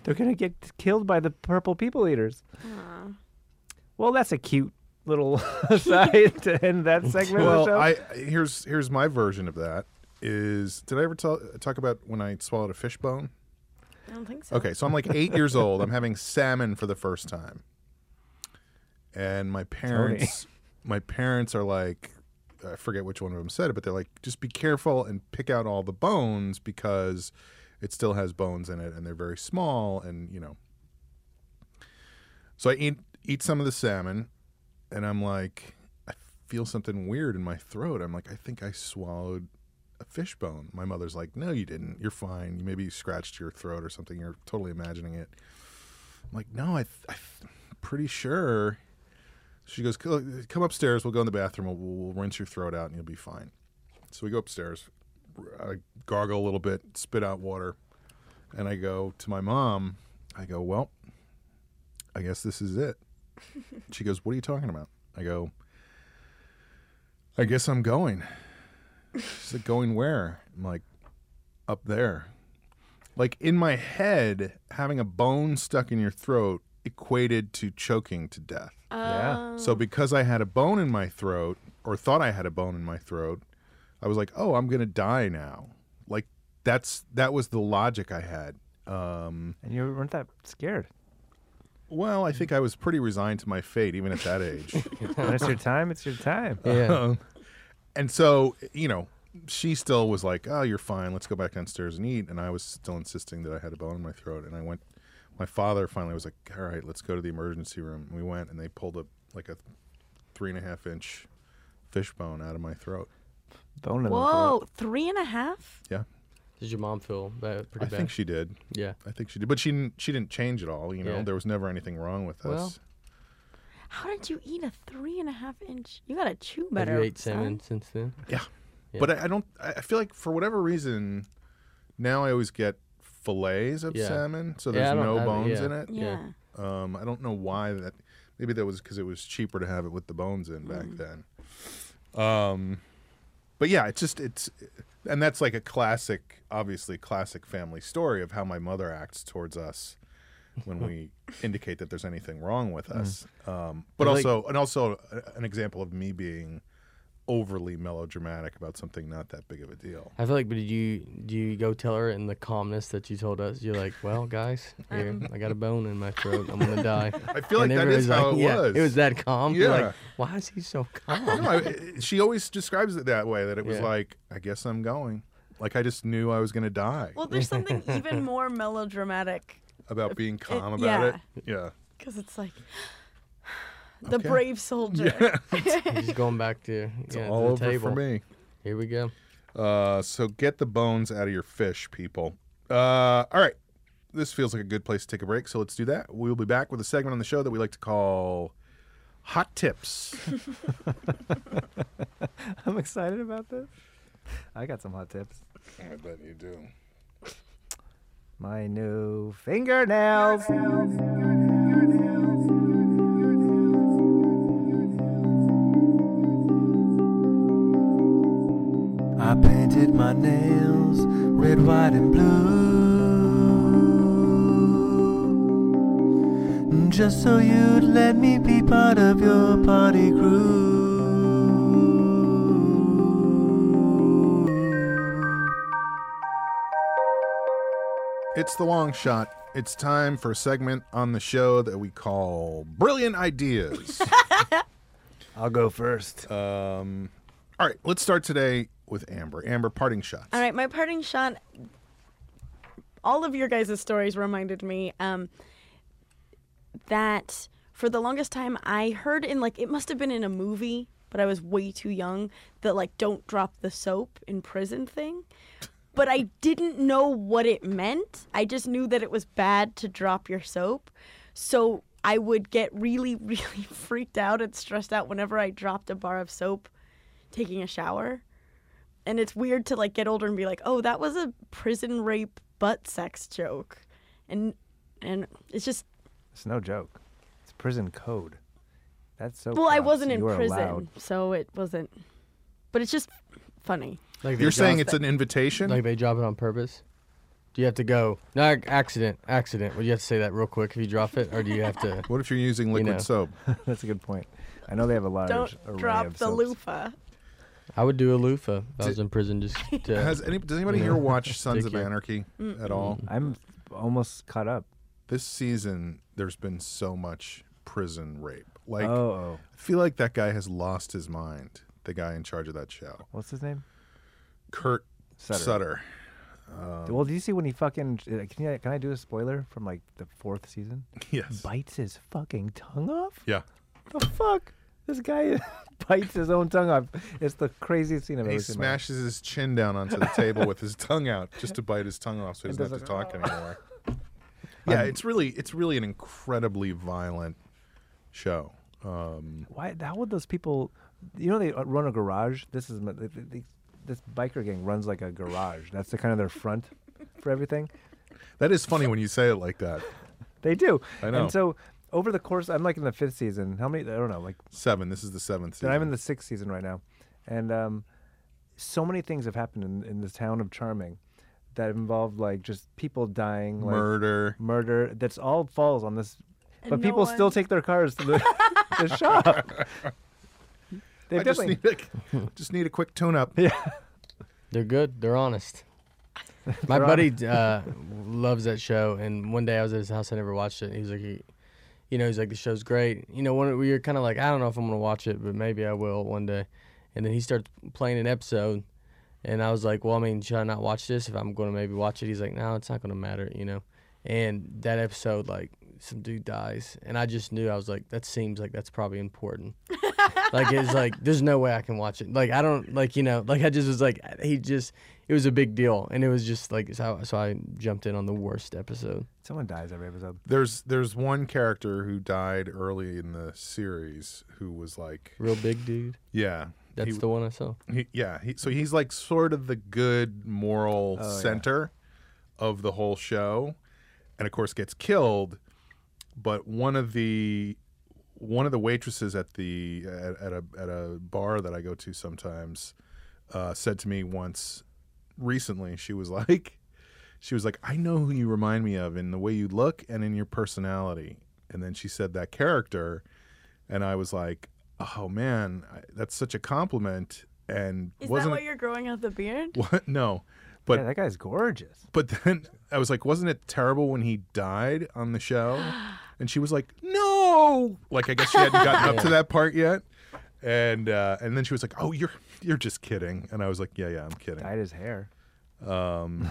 Speaker 3: They're gonna get killed by the purple people eaters.
Speaker 4: Aw.
Speaker 3: Well, that's a cute little aside to end that segment of the show.
Speaker 2: Well, I here's here's my version of that. Is did I ever tell, talk about when I swallowed a fish bone?
Speaker 4: I don't think so.
Speaker 2: Okay, so I'm like eight years old. I'm having salmon for the first time, and my parents, my parents are like, I forget which one of them said it, but they're like, just be careful and pick out all the bones because it still has bones in it, and they're very small, and you know. So I eat eat some of the salmon, and I'm like, I feel something weird in my throat. I'm like, I think I swallowed a fish bone. My mother's like, No, you didn't. You're fine. You maybe scratched your throat or something. You're totally imagining it. I'm like, No, I, th- I th- pretty sure. She goes, "Co- come upstairs. We'll go in the bathroom. We'll, we'll rinse your throat out, and you'll be fine. So we go upstairs. I gargle a little bit, spit out water, and I go to my mom. I go, well, I guess this is it. she goes, what are you talking about? I go, I guess I'm going. She's like, going where? I'm like, up there. Like in my head, having a bone stuck in your throat equated to choking to death.
Speaker 3: Yeah.
Speaker 4: Um,
Speaker 2: So because I had a bone in my throat, or thought I had a bone in my throat, I was like, "Oh, I'm gonna die now." Like that's that was the logic I had. Um,
Speaker 3: And you weren't that scared.
Speaker 2: well, I think I was pretty resigned to my fate, even at that age.
Speaker 3: When it's your time, it's your time.
Speaker 5: Yeah.
Speaker 2: Um, and so you know, she still was like, "Oh, you're fine. Let's go back downstairs and eat." And I was still insisting that I had a bone in my throat. And I went. My father finally was like, "All right, let's go to the emergency room." And we went, and they pulled a like a three and a half inch fish bone out of my throat.
Speaker 3: Bone in the throat.
Speaker 4: Whoa, three and a half?
Speaker 2: Yeah,
Speaker 5: Does your mom feel that pretty
Speaker 2: I
Speaker 5: bad?
Speaker 2: think she did.
Speaker 5: yeah.
Speaker 2: I think she did, but she didn't, she didn't change at all. You know,
Speaker 5: Yeah.
Speaker 2: there was never anything wrong with
Speaker 5: Well,
Speaker 2: us.
Speaker 4: How did you eat a three and a half inch? You gotta chew
Speaker 5: Have
Speaker 4: better.
Speaker 5: you ate
Speaker 4: son.
Speaker 5: salmon since then?
Speaker 2: Yeah,
Speaker 5: Yeah.
Speaker 2: but I, I don't. I I feel like for whatever reason, now I always get fillets of
Speaker 5: Yeah.
Speaker 2: salmon, so
Speaker 5: Yeah,
Speaker 2: there's
Speaker 5: I don't-
Speaker 2: no
Speaker 5: I-
Speaker 2: bones
Speaker 5: yeah.
Speaker 2: in it.
Speaker 4: Yeah.
Speaker 5: Yeah.
Speaker 2: Um, I don't know why that. Maybe that was because it was cheaper to have it with the bones in back then. Um, but yeah, it's just it's, and that's like a classic, obviously classic family story of how my mother acts towards us when we indicate that there's anything wrong with us. Um, but
Speaker 5: I like-
Speaker 2: also, and also a- an example of me being overly melodramatic about something not that big of a deal.
Speaker 5: I feel like, but did you do you go tell her in the calmness that you told us? You're like, well, guys, here, I got a bone in my throat. I'm gonna die.
Speaker 2: I feel like that is
Speaker 5: everybody's
Speaker 2: how it
Speaker 5: yeah,
Speaker 2: was.
Speaker 5: It was that calm. You're
Speaker 2: Yeah.
Speaker 5: like, why is he so calm?
Speaker 2: No, I, eh, she always describes it that way. That it was
Speaker 5: Yeah.
Speaker 2: like, I guess I'm going. Like I just knew I was going to die
Speaker 4: Well, there's something even more melodramatic
Speaker 2: about being calm
Speaker 4: it-
Speaker 2: about it. Yeah,
Speaker 4: because it's like the
Speaker 2: Okay.
Speaker 4: brave soldier.
Speaker 5: He's going back to,
Speaker 2: it's
Speaker 5: yeah, to
Speaker 2: all
Speaker 5: the
Speaker 2: over
Speaker 5: table.
Speaker 2: for me.
Speaker 5: Here we go.
Speaker 2: Uh, so get the bones out of your fish, people. Uh, all right, this feels like a good place to take a break. So let's do that. We'll be back with a segment on the show that we like to call "Hot Tips."
Speaker 3: I'm excited about this. I got some hot tips.
Speaker 2: I bet you do.
Speaker 3: My new fingernails.
Speaker 6: I painted my nails red, white, and blue. Just so you'd let me be part of your party crew.
Speaker 2: It's the long shot. It's time for a segment on the show that we call "Brilliant Ideas."
Speaker 3: I'll go first.
Speaker 2: Um, all right, let's start today with Amber. Amber, parting shots.
Speaker 4: All right, my parting shot. All of your guys' stories reminded me um, that for the longest time I heard in like it must have been in a movie, but I was way too young that like don't drop the soap in prison thing. But I didn't know what it meant. I just knew that it was bad to drop your soap. So I would get really, really freaked out and stressed out whenever I dropped a bar of soap taking a shower and it's weird to like get older and be like, oh, that was a prison rape butt sex joke, and and it's just
Speaker 3: It's no joke. It's prison code. That's Oh, so.
Speaker 4: well, I
Speaker 3: corrupt.
Speaker 4: wasn't in
Speaker 3: You are
Speaker 4: prison,
Speaker 3: allowed-
Speaker 4: so it wasn't, but it's just funny.
Speaker 5: Like they
Speaker 2: You're saying
Speaker 5: drop-
Speaker 2: it's an invitation?
Speaker 5: like they drop it on purpose. Do you have to go? No, ac- accident, accident. Would you have to say that real quick if you drop it, or do you have to?
Speaker 2: what if you're using liquid
Speaker 5: know.
Speaker 2: soap?
Speaker 3: That's a good point. I know they have a large array
Speaker 4: Don't drop
Speaker 3: of
Speaker 4: the
Speaker 3: soaps.
Speaker 4: loofah.
Speaker 5: I would do a loofah if I was in prison. Just to,
Speaker 2: Has any, does anybody
Speaker 5: You
Speaker 2: here
Speaker 5: know,
Speaker 2: watch Sons of
Speaker 5: ridiculous.
Speaker 2: Anarchy at all?
Speaker 3: I'm almost caught up.
Speaker 2: This season, there's been so much prison rape. Like, uh,
Speaker 3: oh, oh,
Speaker 2: I feel like that guy has lost his mind. The guy in charge of that show,
Speaker 3: what's his name?
Speaker 2: Kurt Sutter. Um,
Speaker 3: Sutter. well, do you see when he fucking? uh, Can I, can I do a spoiler from like the fourth season?
Speaker 2: Yes.
Speaker 3: Bites his fucking tongue off.
Speaker 2: Yeah.
Speaker 3: The fuck! This guy bites his own tongue off. It's the craziest scene I've
Speaker 2: He
Speaker 3: ever seen. in my life.
Speaker 2: smashes his chin down onto the table with his tongue out just to bite his tongue off so he
Speaker 3: It
Speaker 2: doesn't have to
Speaker 3: doesn't-
Speaker 2: talk anymore. Yeah, it's really it's really an incredibly violent show. Um,
Speaker 3: Why? How would those people? You know, they uh, run a garage. This is my- th- th- th- this biker gang runs like a garage. That's the kind of their front for everything.
Speaker 2: that is funny when you say it like that.
Speaker 3: They do.
Speaker 2: I know.
Speaker 3: And so over the course, I'm like in the fifth season. How many? I don't know. Like
Speaker 2: Seven. This is the seventh season.
Speaker 3: And I'm in the sixth season right now, and um, so many things have happened in, in the town of Charming that involved like just people dying, like,
Speaker 2: murder.
Speaker 3: murder. That's all falls on this,
Speaker 4: And
Speaker 3: but
Speaker 4: no
Speaker 3: people still
Speaker 4: one-
Speaker 3: take their cars to the, the shop. They
Speaker 2: I just
Speaker 3: definitely.
Speaker 2: need, a, just need a quick tune up.
Speaker 5: They're good. They're honest. My
Speaker 3: They're
Speaker 5: buddy uh, loves that show, and one day I was at his house. I never watched it. And he was like, he, you know, he's like, the show's great. You know, one we were kind of like, I don't know if I'm gonna watch it, but maybe I will one day. And then he starts playing an episode, and I was like, well, I mean, should I not watch this if I'm gonna maybe watch it? He's like, no, it's not gonna matter, you know. And that episode, like, some dude dies, and I just knew I was like, that seems like that's probably important. like it's like there's no way I can watch it. Like I don't like you know like I just was like he just it was a big deal and it was just like so so I jumped in on the worst episode.
Speaker 3: Someone dies every episode.
Speaker 2: There's there's one character who died early in the series who was like
Speaker 5: Real big dude.
Speaker 2: yeah
Speaker 5: That's
Speaker 2: he,
Speaker 5: the one I saw.
Speaker 2: he- yeah he, so he's like sort of the good moral
Speaker 3: Oh, yeah.
Speaker 2: center of the whole show and of course gets killed but one of the one of the waitresses at the at, at a at a bar that I go to sometimes uh, said to me once recently she was like she was like I know who you remind me of in the way you look and in your personality and then she said that character and I was like oh man I, that's such a compliment and
Speaker 4: Is that
Speaker 2: wasn't
Speaker 4: why you're growing out the beard?
Speaker 2: what no but
Speaker 3: yeah, that guy's gorgeous.
Speaker 2: but then I was like, wasn't it terrible when he died on the show? And she was like, no. Like I guess she hadn't gotten up to that part yet. And uh, and then she was like, oh, you're you're just kidding. And I was like, yeah, yeah, I'm kidding.
Speaker 3: Dyed his hair.
Speaker 2: Um,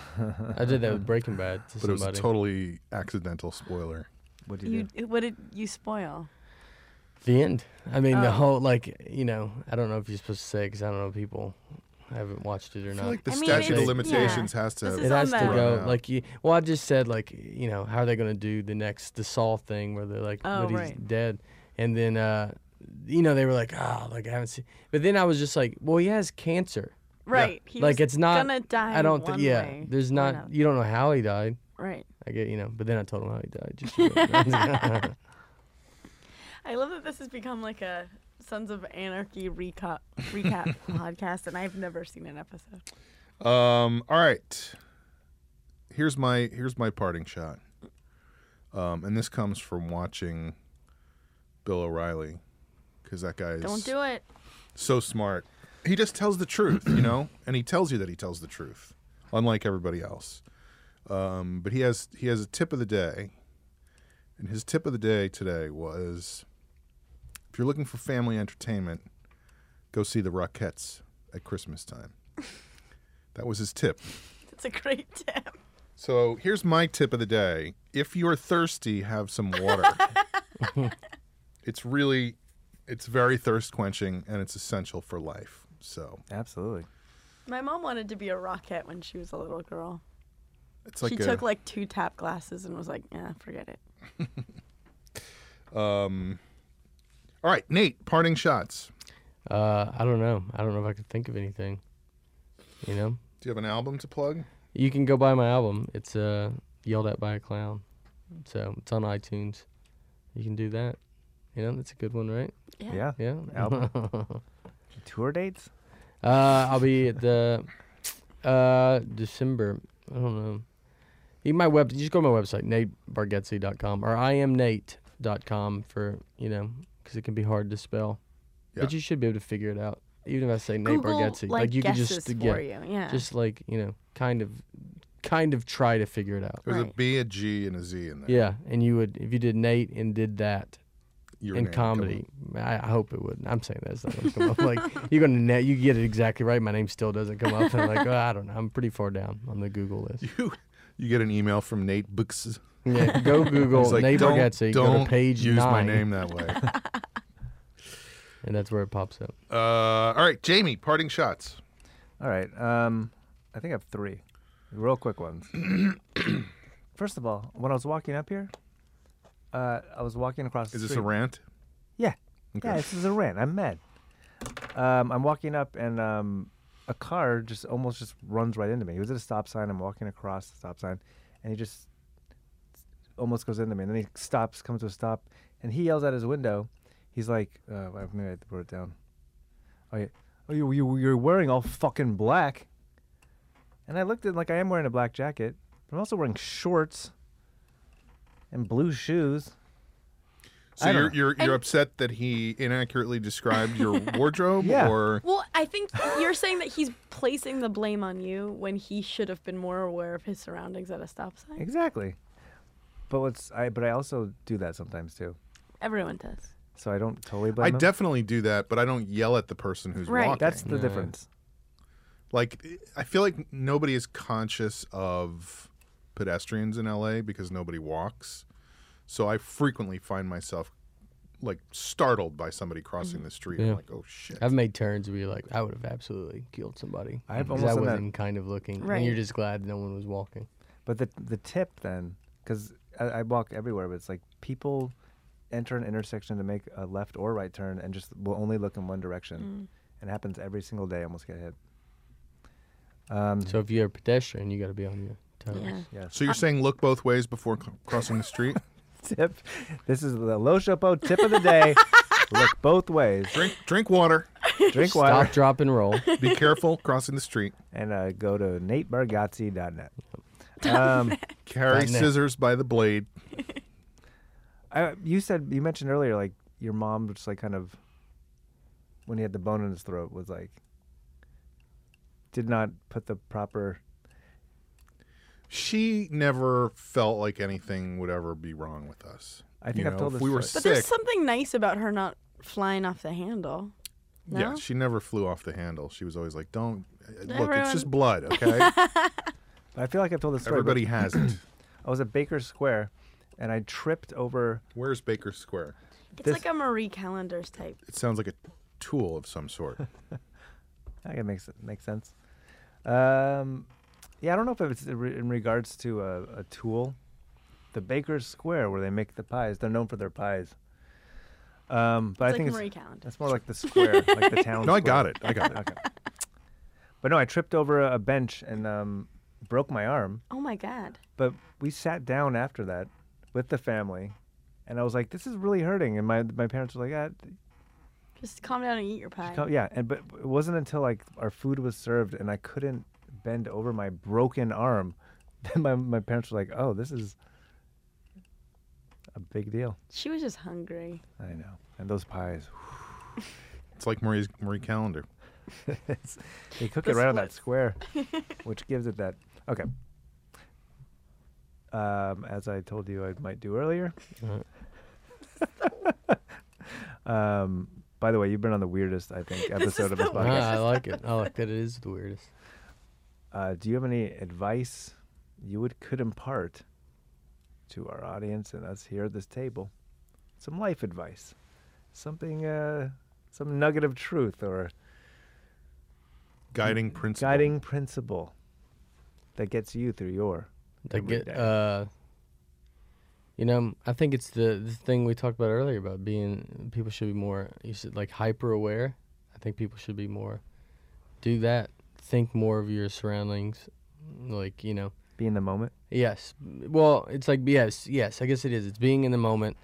Speaker 5: I did that with Breaking Bad to
Speaker 2: but it was a
Speaker 5: somebody.
Speaker 2: totally accidental spoiler.
Speaker 3: What do you,
Speaker 4: You,
Speaker 3: do?
Speaker 4: what did you spoil?
Speaker 5: the end. I mean the
Speaker 4: Oh.
Speaker 5: whole like you know I don't know if you're supposed to say because I don't know if people haven't watched it or
Speaker 2: I
Speaker 5: not.
Speaker 2: feel like the
Speaker 4: I mean,
Speaker 2: statute of
Speaker 5: it's-
Speaker 2: limitations
Speaker 4: yeah.
Speaker 2: has to.
Speaker 4: This
Speaker 5: it
Speaker 4: is on
Speaker 5: has to
Speaker 4: the-
Speaker 5: go
Speaker 2: Right.
Speaker 5: like you, well i just said like you know how are they going to do the next the saw thing where they're like
Speaker 4: Oh,
Speaker 5: but he's
Speaker 4: right.
Speaker 5: dead and then uh you know they were like oh like i haven't seen but then i was just like well he has cancer
Speaker 4: Right. He
Speaker 5: Like,
Speaker 4: was
Speaker 5: it's not-
Speaker 4: gonna die.
Speaker 5: i don't
Speaker 4: one
Speaker 5: think yeah
Speaker 4: way
Speaker 5: there's
Speaker 4: or
Speaker 5: not
Speaker 4: another.
Speaker 5: you don't know how he died
Speaker 4: Right.
Speaker 5: i get you know but then i told him how he died just so you know.
Speaker 4: I love that this has become like a Sons of Anarchy recap recap podcast, and I've never seen an episode.
Speaker 2: Um, all right. Here's my here's my parting shot. Um, and this comes from watching Bill O'Reilly because that guy is
Speaker 4: Don't do it.
Speaker 2: so smart. He just tells the truth, you know, and he tells you that he tells the truth, unlike everybody else. Um, but he has he has a tip of the day, and his tip of the day today was, if you're looking for family entertainment, go see the Rockettes at Christmas time. that was his tip.
Speaker 4: It's a great tip.
Speaker 2: So here's my tip of the day. If you're thirsty, have some water. it's really, it's very thirst quenching and it's essential for life. So
Speaker 3: Absolutely.
Speaker 4: My mom wanted to be a rocket when she was a little girl.
Speaker 2: it's like
Speaker 4: she
Speaker 2: a,
Speaker 4: took like two tap glasses and was like, "Yeah, forget it."
Speaker 2: um, all right, Nate, parting shots.
Speaker 5: uh, i don't know i don't know if i can think of anything you know
Speaker 2: Do you have an album to plug?
Speaker 5: you can go buy my album it's uh yelled at by a clown so it's on itunes you can do that you know that's a good one right
Speaker 4: Yeah.
Speaker 3: Yeah.
Speaker 5: Yeah.
Speaker 3: Album.
Speaker 5: uh,
Speaker 3: Tour dates.
Speaker 5: I'll be at the uh, December. I don't know. You my web. Just go to my website, natebargetzi.com or iamnate.com for you know because it can be hard to spell,
Speaker 2: Yeah.
Speaker 5: but you should be able to figure it out. Even if I say Nate
Speaker 4: Google
Speaker 5: Bargatze,
Speaker 4: like,
Speaker 5: you can
Speaker 4: guesses
Speaker 5: just
Speaker 4: for
Speaker 5: get,
Speaker 4: you. Yeah.
Speaker 5: just like you know, kind of, kind of try to figure it out.
Speaker 2: There's a
Speaker 4: Right.
Speaker 2: B, a G, and a Z in there.
Speaker 5: Yeah, and you would if you did Nate and did that,
Speaker 2: Your name
Speaker 5: in
Speaker 2: would come
Speaker 5: comedy. I, I hope it would. I'm saying that's not gonna come up. Like you're gonna net, you get it exactly right. My name still doesn't come up. And I'm like, oh, I don't know. I'm pretty far down on the Google list.
Speaker 2: up. You, you get an email from Nate Books.
Speaker 5: Yeah, go Google
Speaker 2: He's like,
Speaker 5: Nate
Speaker 2: don't,
Speaker 5: Bargatze.
Speaker 2: don't
Speaker 5: Go to page
Speaker 2: use
Speaker 5: nine,
Speaker 2: my name that way.
Speaker 5: and that's where it pops up.
Speaker 2: uh, all right, Jamie, parting shots.
Speaker 3: All right. Um, I think I have three real quick ones. First of all, when I was walking up here, uh, I was walking across the
Speaker 2: Is this
Speaker 3: street.
Speaker 2: a rant?
Speaker 3: Yeah.
Speaker 2: Okay.
Speaker 3: Yeah, this is a rant. I'm mad. Um, I'm walking up and um, a car just almost just runs right into me. He was at a stop sign. I'm walking across the stop sign, and he just almost goes into me. And then he stops, comes to a stop, and he yells out his window. He's like, uh, wait, maybe I wrote it down. Oh, yeah. oh you, you, you're wearing all fucking black. And I looked at like I am wearing a black jacket, but I'm also wearing shorts and blue shoes.
Speaker 2: So
Speaker 3: I don't
Speaker 2: you're,
Speaker 3: know.
Speaker 2: you're you're
Speaker 4: And-
Speaker 2: upset that he inaccurately described your wardrobe,
Speaker 3: Yeah.
Speaker 2: or
Speaker 4: Well, I think you're saying that he's placing the blame on you when he should have been more aware of his surroundings at a stop sign.
Speaker 3: Exactly. But what's I but I also do that sometimes too.
Speaker 4: Everyone does.
Speaker 3: So I don't totally blame
Speaker 2: I
Speaker 3: him.
Speaker 2: definitely do that, but I don't yell at the person who's
Speaker 4: Right.
Speaker 2: walking.
Speaker 3: That's the
Speaker 5: Yeah.
Speaker 3: difference.
Speaker 2: like I feel like nobody is conscious of pedestrians in LA because nobody walks. So I frequently find myself like startled by somebody crossing the street.
Speaker 5: Yeah.
Speaker 2: I'm like, oh shit.
Speaker 5: I've made turns where you're like, I would have absolutely killed somebody.
Speaker 3: I've
Speaker 5: 'cause
Speaker 3: almost
Speaker 5: I
Speaker 3: done that.
Speaker 5: wasn't kind of looking, and
Speaker 4: Right.
Speaker 5: you're just glad no one was walking.
Speaker 3: But the the tip then, because I, I walk everywhere, but it's like people enter an intersection to make a left or right turn and just will only look in one direction. And it happens every single day. I almost get hit. Um,
Speaker 5: So if you're a pedestrian, you got to be on your toes.
Speaker 4: Yeah.
Speaker 3: yes.
Speaker 2: so you're saying look both ways before c- crossing the street?
Speaker 3: Tip. This is the Lo Chopo tip of the day. look both ways.
Speaker 2: drink drink water.
Speaker 3: Drink water
Speaker 5: Stop, drop, and roll.
Speaker 2: Be careful crossing the street.
Speaker 3: and uh, go to natebargazzi.net. Um,
Speaker 2: Carry
Speaker 5: Done it.
Speaker 2: scissors by the blade.
Speaker 3: I, you said you mentioned earlier, like your mom was like kind of when he had the bone in his throat was like did not put the proper.
Speaker 2: She never felt like anything would ever be wrong with us.
Speaker 3: I think
Speaker 2: You
Speaker 3: I've
Speaker 2: know,
Speaker 3: told
Speaker 2: if
Speaker 3: this.
Speaker 2: we were
Speaker 3: story.
Speaker 4: But there's
Speaker 2: Sick.
Speaker 4: something nice about her not flying off the handle.
Speaker 2: Yeah,
Speaker 4: No?
Speaker 2: she never flew off the handle. She was always like, "Don't uh, look, it's
Speaker 4: Everyone-
Speaker 2: just blood, okay?
Speaker 3: I feel like I've told this story. but
Speaker 2: Everybody has it."
Speaker 3: I was at Baker Square, and I tripped over.
Speaker 2: Where's Baker Square?
Speaker 4: It's
Speaker 3: This-
Speaker 4: like a Marie Callender's type.
Speaker 2: It sounds like a tool of some sort.
Speaker 3: I can make makes sense. Um, yeah, I don't know if it's in re- in regards to a, a tool. The Baker's Square where they make the pies. They're known for their pies. Um, but
Speaker 4: It's
Speaker 3: I
Speaker 4: like
Speaker 3: think
Speaker 4: Marie
Speaker 3: it's
Speaker 4: Callender.
Speaker 3: that's more like the square, like the town.
Speaker 2: no, I
Speaker 3: square.
Speaker 2: got it. I got it.
Speaker 3: Okay. But no, I tripped over a a bench and um, broke my arm.
Speaker 4: Oh my god.
Speaker 3: But we sat down after that with the family, and I was like, "This is really hurting." And my my parents were like, "Ah, th-
Speaker 4: Just calm down and eat your pie.
Speaker 3: come- "Yeah." And but it wasn't until like our food was served and I couldn't bend over my broken arm, then my my parents were like, "Oh, this is a big deal."
Speaker 4: She was just hungry.
Speaker 3: I know. And those pies,
Speaker 2: It's like Marie's Marie Calendar.
Speaker 3: It's- they cook
Speaker 4: The
Speaker 3: it right on that
Speaker 4: splits.
Speaker 3: square, which gives it that. Okay. Um, as I told you, I might do earlier. um, by the way, you've been on the weirdest, I think, episode of this
Speaker 4: the
Speaker 5: Ah,
Speaker 3: podcast.
Speaker 5: I like it. I like that. It is the weirdest.
Speaker 3: Uh, do you have any advice you would could impart to our audience and us here at this table? Some life advice, something, uh, some nugget of truth, or
Speaker 2: Guiding principle.
Speaker 3: guiding principle that gets you through your
Speaker 5: Like
Speaker 3: every
Speaker 5: it,
Speaker 3: day.
Speaker 5: uh, you know, I think it's the, the thing we talked about earlier about being people should be more you said like hyper aware. I think people should be more do that. Think more of your surroundings, like you know.
Speaker 3: be in the moment.
Speaker 5: Yes. Well, it's like yes, yes. I guess it is. It's being in the moment,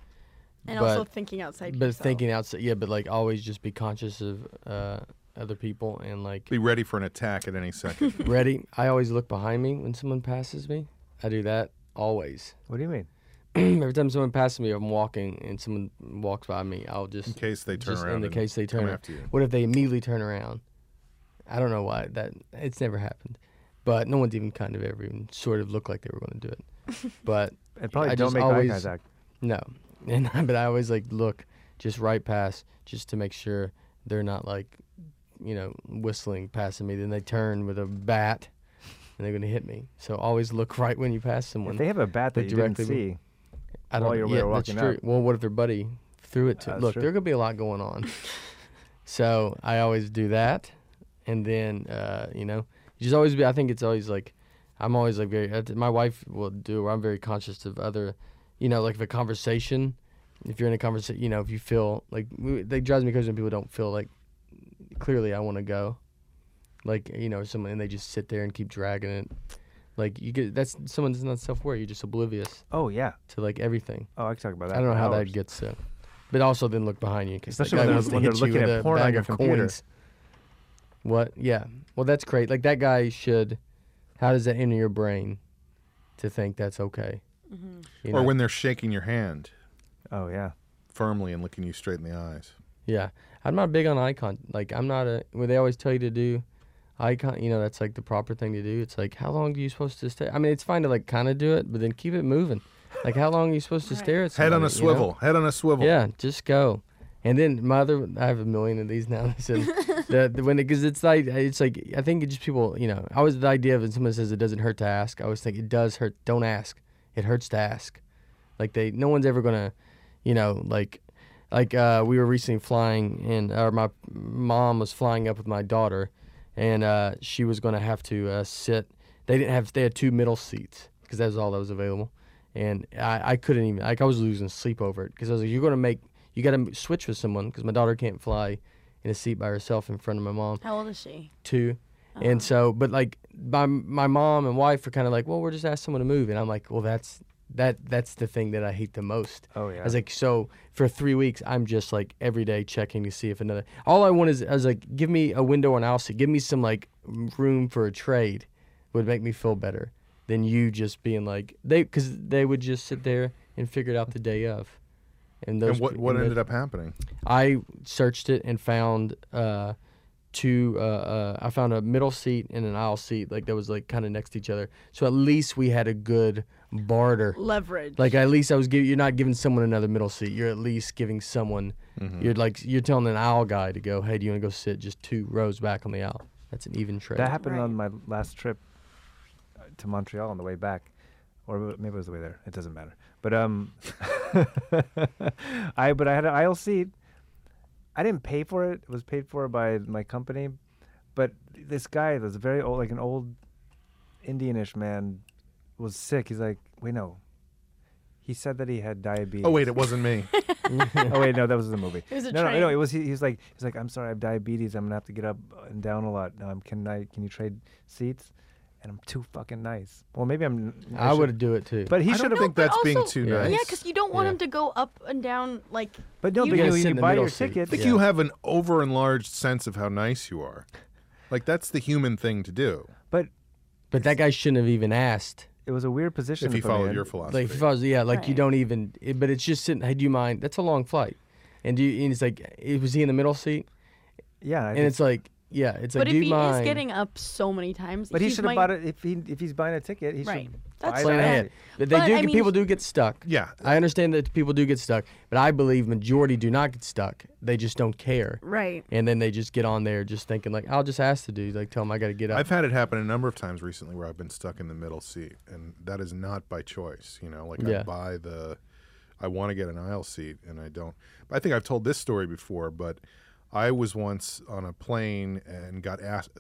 Speaker 4: And
Speaker 5: but
Speaker 4: also thinking outside
Speaker 5: but
Speaker 4: yourself.
Speaker 5: thinking outside. Yeah, but like always just be conscious of uh, other people and like
Speaker 2: Be ready for an attack at any second.
Speaker 5: ready. I always look behind me when someone passes me. I do that always.
Speaker 3: What do you mean?
Speaker 5: every time someone passes me, I'm walking, and someone walks by me, I'll just
Speaker 2: in case they turn
Speaker 5: just
Speaker 2: around.
Speaker 5: in the
Speaker 2: and
Speaker 5: case they turn
Speaker 2: come
Speaker 5: around.
Speaker 2: after you.
Speaker 5: What if they immediately turn around? I don't know why that it's never happened, but no one's even kind of ever even sort of looked like they were going to do it. but
Speaker 3: And probably
Speaker 5: I
Speaker 3: don't
Speaker 5: just
Speaker 3: make eye
Speaker 5: always-
Speaker 3: contact.
Speaker 5: no, and I- but I always like look just right past just to make sure they're not like you know whistling passing me. Then they turn with a bat. And they're gonna hit me, so always look right when you pass
Speaker 3: If
Speaker 5: someone.
Speaker 3: they have a bat
Speaker 5: they
Speaker 3: that you didn't
Speaker 5: directly-
Speaker 3: see,
Speaker 5: I
Speaker 3: while
Speaker 5: don't.
Speaker 3: you're-
Speaker 5: yeah,
Speaker 3: we're
Speaker 5: that's
Speaker 3: walking
Speaker 5: true.
Speaker 3: up.
Speaker 5: Well, what if their buddy threw it to?
Speaker 3: That's
Speaker 5: Look,
Speaker 3: true.
Speaker 5: there could be a lot going on. so I always do that, and then uh, you know, you just always be. I think it's always like, I'm always like very. uh, My wife will do. Where I'm very conscious of other, you know, like if a conversation if you're in a conversation, you know, if you feel like we- that drives me crazy when people don't feel like clearly I want to go, like you know, someone and they just sit there and keep dragging it. Like you get that's someone that's not self aware. You're just oblivious
Speaker 3: Oh yeah.
Speaker 5: to like everything.
Speaker 3: Oh, I can talk about that.
Speaker 5: I don't know
Speaker 3: for
Speaker 5: how
Speaker 3: hours.
Speaker 5: that gets to. But also then look behind you, 'cause that
Speaker 3: Especially
Speaker 5: guy
Speaker 3: when they're-
Speaker 5: wants to
Speaker 3: when they're
Speaker 5: hit you
Speaker 3: looking
Speaker 5: with
Speaker 3: at
Speaker 5: a
Speaker 3: porn on
Speaker 5: bag
Speaker 3: your
Speaker 5: of
Speaker 3: computer.
Speaker 5: coins. What? Yeah. Well, that's great. Like that guy should. How does that enter your brain to think that's okay? You
Speaker 2: Or
Speaker 5: know?
Speaker 2: when they're shaking your hand
Speaker 3: Oh yeah.
Speaker 2: firmly and looking you straight in the eyes.
Speaker 5: Yeah, I'm not big on icon. Like I'm not a. Well, they always tell you to do icon. You know, that's like the proper thing to do. It's like how long are you supposed to stay? I mean, it's fine to like kind of do it, but then keep it moving. Like how long are you supposed to
Speaker 4: Right.
Speaker 5: stare at?
Speaker 2: Head on a
Speaker 5: somebody, you know?
Speaker 2: swivel. Head on a swivel.
Speaker 5: Yeah, just go. And then my other, I have a million of these now. So the, the when because it's like it's like I think it just people you know I always the idea of when someone says it doesn't hurt to ask. I always think it does hurt. Don't ask. It hurts to ask. Like they no one's ever gonna, you know like. Like uh, we were recently flying, and or my mom was flying up with my daughter, and uh, she was going to have to uh, sit. They didn't have. They had two middle seats because that was all that was available, and I, I couldn't even. Like I was losing sleep over it because I was like, "You're going to make. You got to switch with someone because my daughter can't fly in a seat by herself in front of my mom
Speaker 4: How old is she?
Speaker 5: too." And so, but like my my mom and wife are kind of like, "Well, we're just asking someone to move," and I'm like, "Well, that's that that's the thing that I hate the most."
Speaker 3: Oh yeah.
Speaker 5: I was like, so for three weeks, I'm just like every day checking to see if another. All I want is, I was like, give me a window on Alsea. Give me some like room for a trade would make me feel better than you just being like, they, because they would just sit there and figure it out the day of. And those
Speaker 2: And what,
Speaker 5: pe-
Speaker 2: what
Speaker 5: and
Speaker 2: ended
Speaker 5: those-
Speaker 2: up happening?
Speaker 5: I searched it and found uh, two. Uh, uh, I found a middle seat and an aisle seat, like that was like kind of next to each other. So at least we had a good barter.
Speaker 4: Leverage.
Speaker 5: Like at least I was giving you're not giving someone another middle seat. You're at least giving someone. You're like you're telling an aisle guy to go. Hey, do you want to go sit just two rows back on the aisle? That's an even trade.
Speaker 3: That happened
Speaker 4: Right.
Speaker 3: on my last trip uh, to Montreal on the way back, or w- maybe it was the way there. It doesn't matter. But um, I but I had an aisle seat. I didn't pay for it. It was paid for by my company. But this guy was very old, like an old Indianish man, was sick. He's like, wait, no. He said that he had diabetes.
Speaker 2: Oh, wait, it wasn't me.
Speaker 3: oh wait, no, that was the movie.
Speaker 4: It was a
Speaker 3: no, no, no,
Speaker 4: train.
Speaker 3: it was he, he was like he's like I'm sorry, I have diabetes. I'm gonna have to get up and down a lot. Um, can I? Can you trade seats? And I'm too fucking nice. Well, maybe I'm.
Speaker 5: I
Speaker 3: should-
Speaker 5: would do it too.
Speaker 3: But he
Speaker 2: I
Speaker 3: should
Speaker 2: don't
Speaker 3: have.
Speaker 2: think
Speaker 4: but
Speaker 2: that's being
Speaker 4: also-
Speaker 2: too
Speaker 5: Yeah.
Speaker 2: nice.
Speaker 4: Yeah, because you don't want
Speaker 5: Yeah.
Speaker 4: him to go up and down like.
Speaker 3: But no,
Speaker 4: you
Speaker 3: but
Speaker 4: gotta
Speaker 3: you,
Speaker 5: sit
Speaker 3: you
Speaker 5: in the
Speaker 3: buy
Speaker 5: middle
Speaker 3: your
Speaker 5: seat.
Speaker 3: ticket.
Speaker 2: I think
Speaker 5: Yeah.
Speaker 2: you have an over enlarged sense of how nice you are. Like, that's the human thing to do
Speaker 3: But
Speaker 5: but that guy shouldn't have even asked.
Speaker 3: it was a weird position.
Speaker 2: if you
Speaker 3: to put me
Speaker 2: follow
Speaker 3: in.
Speaker 2: your
Speaker 5: Like
Speaker 2: philosophy.
Speaker 5: if I was, yeah, like you
Speaker 4: Right.
Speaker 5: don't even. It, but it's just sitting. Hey, do you mind? That's a long flight. And do you, and it's like, it, was he in the middle seat?
Speaker 3: Yeah, I
Speaker 5: And
Speaker 3: think-
Speaker 5: it's like, yeah, it's like,
Speaker 4: But if
Speaker 5: do you
Speaker 4: he
Speaker 5: mind?
Speaker 4: is getting up so many times,
Speaker 3: but he
Speaker 4: he's
Speaker 3: should have
Speaker 4: my-
Speaker 3: bought it if he if he's buying a ticket. He
Speaker 4: Right.
Speaker 3: should.
Speaker 4: That's
Speaker 3: buy
Speaker 4: fine.
Speaker 5: plan
Speaker 3: that.
Speaker 5: ahead. But they
Speaker 4: But,
Speaker 5: do.
Speaker 4: I
Speaker 5: get-
Speaker 4: mean,
Speaker 5: people do get stuck.
Speaker 2: Yeah.
Speaker 5: I understand that people do get stuck, but I believe majority do not get stuck. They just don't care,
Speaker 4: Right.
Speaker 5: and then they just get on there just thinking like, I'll just ask the dude, like, tell him I got to get up.
Speaker 2: I've had it happen a number of times recently where I've been stuck in the middle seat, and that is not by choice. You know, like I
Speaker 5: Yeah.
Speaker 2: buy the, I want to get an aisle seat, and I don't. I think I've told this story before, but I was once on a plane and got asked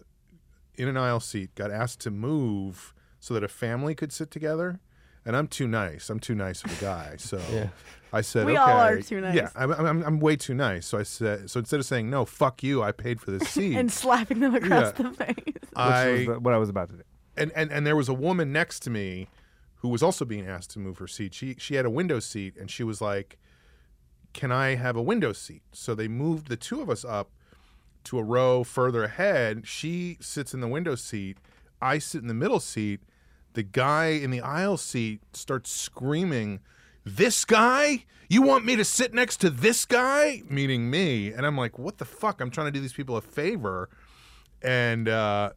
Speaker 2: in an aisle seat, got asked to move so that a family could sit together. And I'm too nice. I'm too nice of a guy. So
Speaker 5: Yeah.
Speaker 2: I said,
Speaker 4: We
Speaker 2: okay,
Speaker 4: all are too
Speaker 2: Yeah,
Speaker 4: nice.
Speaker 2: I'm, I'm, I'm way too nice. So I said, so instead of saying no, fuck you, I paid for this seat.
Speaker 4: And slapping them across
Speaker 2: Yeah.
Speaker 4: the face.
Speaker 2: I
Speaker 3: Which was the- what I was about to do.
Speaker 2: and, and and there was a woman next to me who was also being asked to move her seat. She she had a window seat and she was like, "Can I have a window seat?" So they moved the two of us up to a row further ahead. She sits in the window seat. I sit in the middle seat. The guy in the aisle seat starts screaming, "This guy? You want me to sit next to this guy?" Meaning me. And I'm like, "What the fuck? I'm trying to do these people a favor." And uh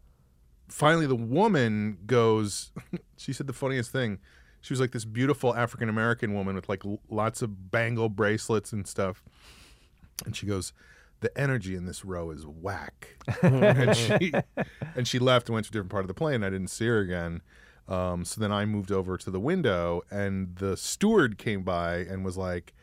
Speaker 2: finally the woman goes she said the funniest thing she was like this beautiful african american woman with like l- lots of bangle bracelets and stuff and she goes the energy in this row is whack and, she, and she left and went to a different part of the plane i didn't see her again um, so then i moved over to the window and the steward came by and was like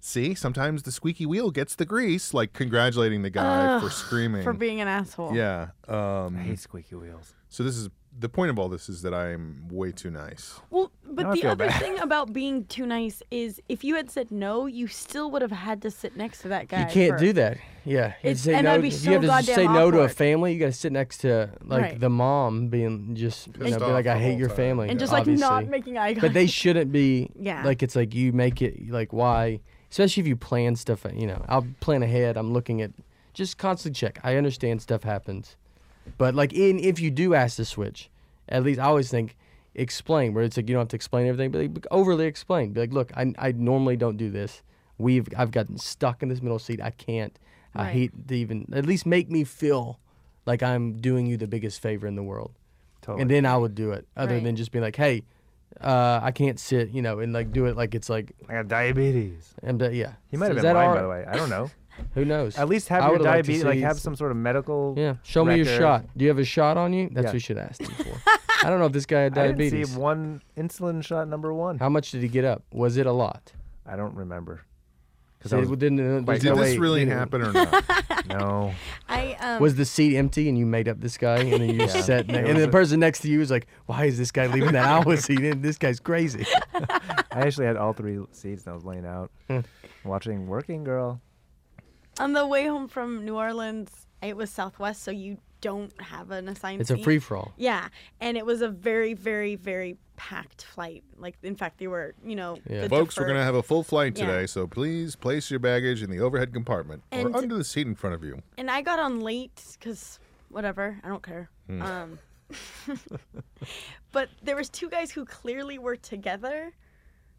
Speaker 2: see sometimes the squeaky wheel gets the grease like congratulating the guy for
Speaker 4: Ugh,
Speaker 2: screaming
Speaker 4: For being an asshole.
Speaker 2: yeah um,
Speaker 5: Mm.
Speaker 3: I hate squeaky wheels.
Speaker 2: so this is the point of all this is that I'm way too nice.
Speaker 4: Well,
Speaker 3: Now
Speaker 4: But
Speaker 3: I
Speaker 4: the
Speaker 3: feel
Speaker 4: other
Speaker 3: bad.
Speaker 4: thing about being too nice is if you had said no, you still would have had to sit next to that guy.
Speaker 5: You can't
Speaker 4: for-
Speaker 5: do that. Yeah, you
Speaker 4: It's-
Speaker 5: say
Speaker 4: and
Speaker 5: no.
Speaker 4: that'd be
Speaker 5: to-
Speaker 4: so
Speaker 5: you have to just
Speaker 4: goddamn
Speaker 5: say no to a
Speaker 4: awkward.
Speaker 5: family. You got to sit next to like
Speaker 4: Right.
Speaker 5: the mom, being just you
Speaker 2: Pissed
Speaker 5: know, be
Speaker 2: off
Speaker 5: like, I
Speaker 2: the
Speaker 5: hate
Speaker 2: whole
Speaker 5: your
Speaker 2: time,
Speaker 5: family,
Speaker 4: And just
Speaker 5: obviously.
Speaker 4: like not making eye contact.
Speaker 5: But they shouldn't be.
Speaker 4: Yeah.
Speaker 5: Like it's like you make it like why, especially if you plan stuff. uh, You know, I'll plan ahead. I'm looking at just constantly check. I understand stuff happens, but like in if you do ask to switch, at least I always think explain where it's like you don't have to explain everything, but like, overly explain. Be like, look, I I normally don't do this. We've I've gotten stuck in this middle seat. I can't. I
Speaker 4: Right.
Speaker 5: hate to even at least make me feel like I'm doing you the biggest favor in the world
Speaker 3: Totally.
Speaker 5: and then I would do it. Other
Speaker 4: Right.
Speaker 5: than just being like, "Hey, uh, I can't sit," you know, and like do it like it's like,
Speaker 3: I got diabetes.
Speaker 5: and, uh, yeah.
Speaker 3: He might have
Speaker 5: Is
Speaker 3: been
Speaker 5: that
Speaker 3: lying,
Speaker 5: all
Speaker 3: by the
Speaker 5: right?
Speaker 3: way. I don't know.
Speaker 5: Who knows?
Speaker 3: At least have
Speaker 5: I
Speaker 3: your
Speaker 5: would've liked to
Speaker 3: diabetes, like
Speaker 5: see
Speaker 3: have
Speaker 5: s-
Speaker 3: some sort of medical.
Speaker 5: Yeah, show me your
Speaker 3: record.
Speaker 5: shot. Do you have a shot on you? That's
Speaker 3: Yeah.
Speaker 5: what you should ask him for. I don't know if this guy had
Speaker 3: I didn't
Speaker 5: diabetes.
Speaker 3: see one insulin shot number one.
Speaker 5: How much did he get up? Was it a lot?
Speaker 3: I don't remember. Because
Speaker 5: So
Speaker 3: I
Speaker 5: it
Speaker 3: was
Speaker 5: didn't- uh, there was
Speaker 2: Did
Speaker 5: no
Speaker 2: this
Speaker 5: way-
Speaker 2: really
Speaker 5: you know,
Speaker 2: happen or not?
Speaker 3: no.
Speaker 4: I um.
Speaker 5: Was the seat empty and you made up this guy and then you
Speaker 3: Yeah.
Speaker 5: sat
Speaker 3: It
Speaker 5: there
Speaker 3: was
Speaker 5: and the
Speaker 3: a-
Speaker 5: person next to you was like, "Why is this guy leaving the aisle seat? in? This guy's crazy."
Speaker 3: I actually had all three seats and I was laying out
Speaker 5: Hmm.
Speaker 3: watching Working Girl.
Speaker 4: On the way home from New Orleans, it was Southwest, so you don't have an assigned.
Speaker 5: It's a
Speaker 4: seat.
Speaker 5: free for all.
Speaker 4: Yeah, and it was a very, very, very packed flight. Like, in fact, they were, you know,
Speaker 5: Yeah.
Speaker 4: the
Speaker 2: Folks, we're
Speaker 4: defer-
Speaker 2: going to have a full flight
Speaker 4: Yeah.
Speaker 2: today, so please place your baggage in the overhead compartment
Speaker 4: And-
Speaker 2: or under the seat in front of you.
Speaker 4: And I got on late because whatever, I don't care. Um, but there was two guys who clearly were together,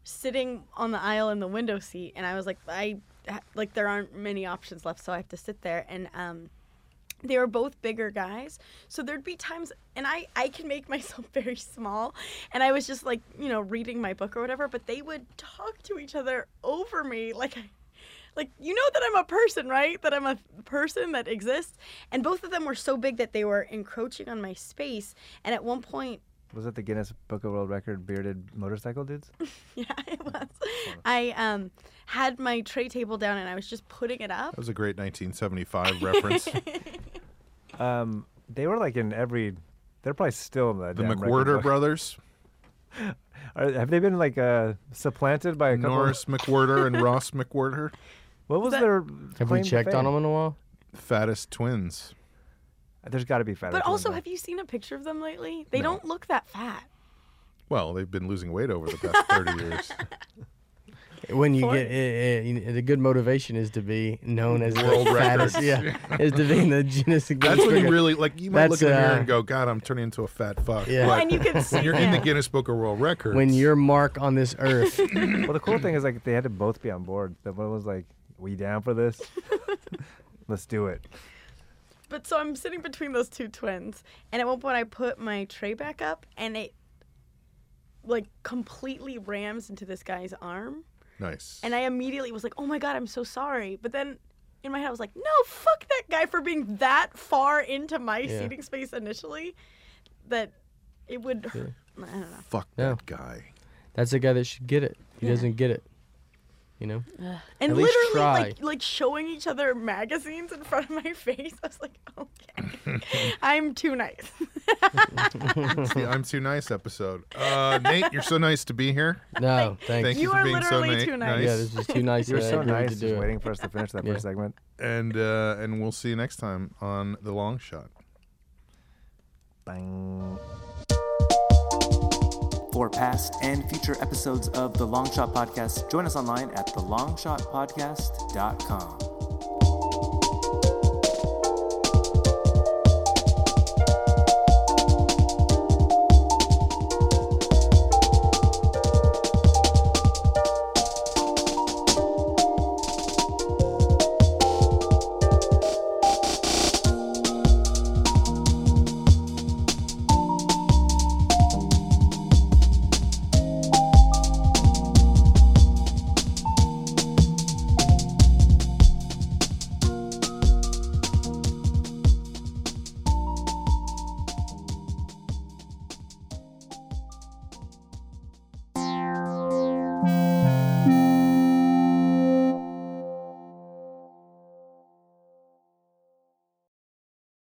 Speaker 4: sitting on the aisle in the window seat, and I was like, I ha- like there aren't many options left, so I have to sit there. And um, they were both bigger guys, so there'd be times, and I I can make myself very small, and I was just like you know reading my book or whatever, but they would talk to each other over me like I like you know that I'm a person, right? That I'm a person that exists. And both of them were so big that they were encroaching on my space. And at one point,
Speaker 3: Was it the Guinness Book of World Record bearded motorcycle dudes?
Speaker 4: yeah, it was. I um had my tray table down and I was just putting it up.
Speaker 2: That was a great 1975 reference.
Speaker 3: Um, they were like in every. They're probably still in the.
Speaker 2: The
Speaker 3: damn record
Speaker 2: McWhorter
Speaker 3: book.
Speaker 2: brothers,
Speaker 3: Are, have they been like uh, supplanted by a couple?
Speaker 2: Norris McWhorter and Ross McWhorter,
Speaker 3: what was
Speaker 4: That-
Speaker 3: their?
Speaker 5: Have
Speaker 3: claim
Speaker 5: we
Speaker 3: to
Speaker 5: checked on
Speaker 3: fame?
Speaker 5: them in a while?
Speaker 2: fattest twins.
Speaker 3: There's got to be fat.
Speaker 4: But also, have you seen a picture of them lately? They don't look that fat.
Speaker 2: Well, they've been losing weight over the past 30 years.
Speaker 5: when you
Speaker 4: For-
Speaker 5: get eh, eh, you know, the good motivation is to be known as
Speaker 2: World
Speaker 5: the fattest,
Speaker 2: records.
Speaker 5: yeah, is to be in the Guinness.
Speaker 2: That's when you really like. You might look in
Speaker 5: That's,
Speaker 2: the mirror
Speaker 5: uh,
Speaker 2: and go, "God, I'm turning into a fat fuck."
Speaker 5: Yeah.
Speaker 4: Well,
Speaker 2: But
Speaker 4: and you can see
Speaker 2: when you're in the
Speaker 4: yeah.
Speaker 2: Guinness Book of World Records,
Speaker 5: when your mark on this earth.
Speaker 3: Well, the cool thing is like they had to both be on board. The one was like, "We down for this? Let's do it."
Speaker 4: But so I'm sitting between those two twins, and at one point I put my tray back up, and it like completely rams into this guy's arm.
Speaker 2: nice,
Speaker 4: And I immediately was like, oh my God, I'm so sorry. But then in my head, I was like, no, fuck that guy for being that far into my
Speaker 5: Yeah.
Speaker 4: seating space initially that it would hurt. I don't know.
Speaker 2: fuck
Speaker 5: No.
Speaker 2: that guy.
Speaker 5: That's a guy that should get it. He
Speaker 4: Yeah.
Speaker 5: doesn't get it. You know,
Speaker 4: And
Speaker 5: At least
Speaker 4: literally,
Speaker 5: try.
Speaker 4: like, like showing each other magazines in front of my face. I was like, okay, I'm too nice.
Speaker 2: It's the I'm too nice episode. Uh, Nate, you're so nice to be here.
Speaker 5: no, thanks.
Speaker 2: Thank you,
Speaker 4: You
Speaker 2: for
Speaker 4: are
Speaker 2: being so
Speaker 4: literally
Speaker 2: na-
Speaker 4: too
Speaker 5: Yeah,
Speaker 4: nice.
Speaker 5: this was too nice.
Speaker 3: You were
Speaker 5: that I
Speaker 3: so
Speaker 5: agreed
Speaker 3: nice,
Speaker 5: to
Speaker 3: just
Speaker 5: do it.
Speaker 3: waiting for us to finish that
Speaker 5: Yeah.
Speaker 3: first segment.
Speaker 2: and uh, and we'll see you next time on the long shot.
Speaker 3: Bang.
Speaker 6: For past and future episodes of the Long Shot Podcast, join us online at thelongshotpodcast.com.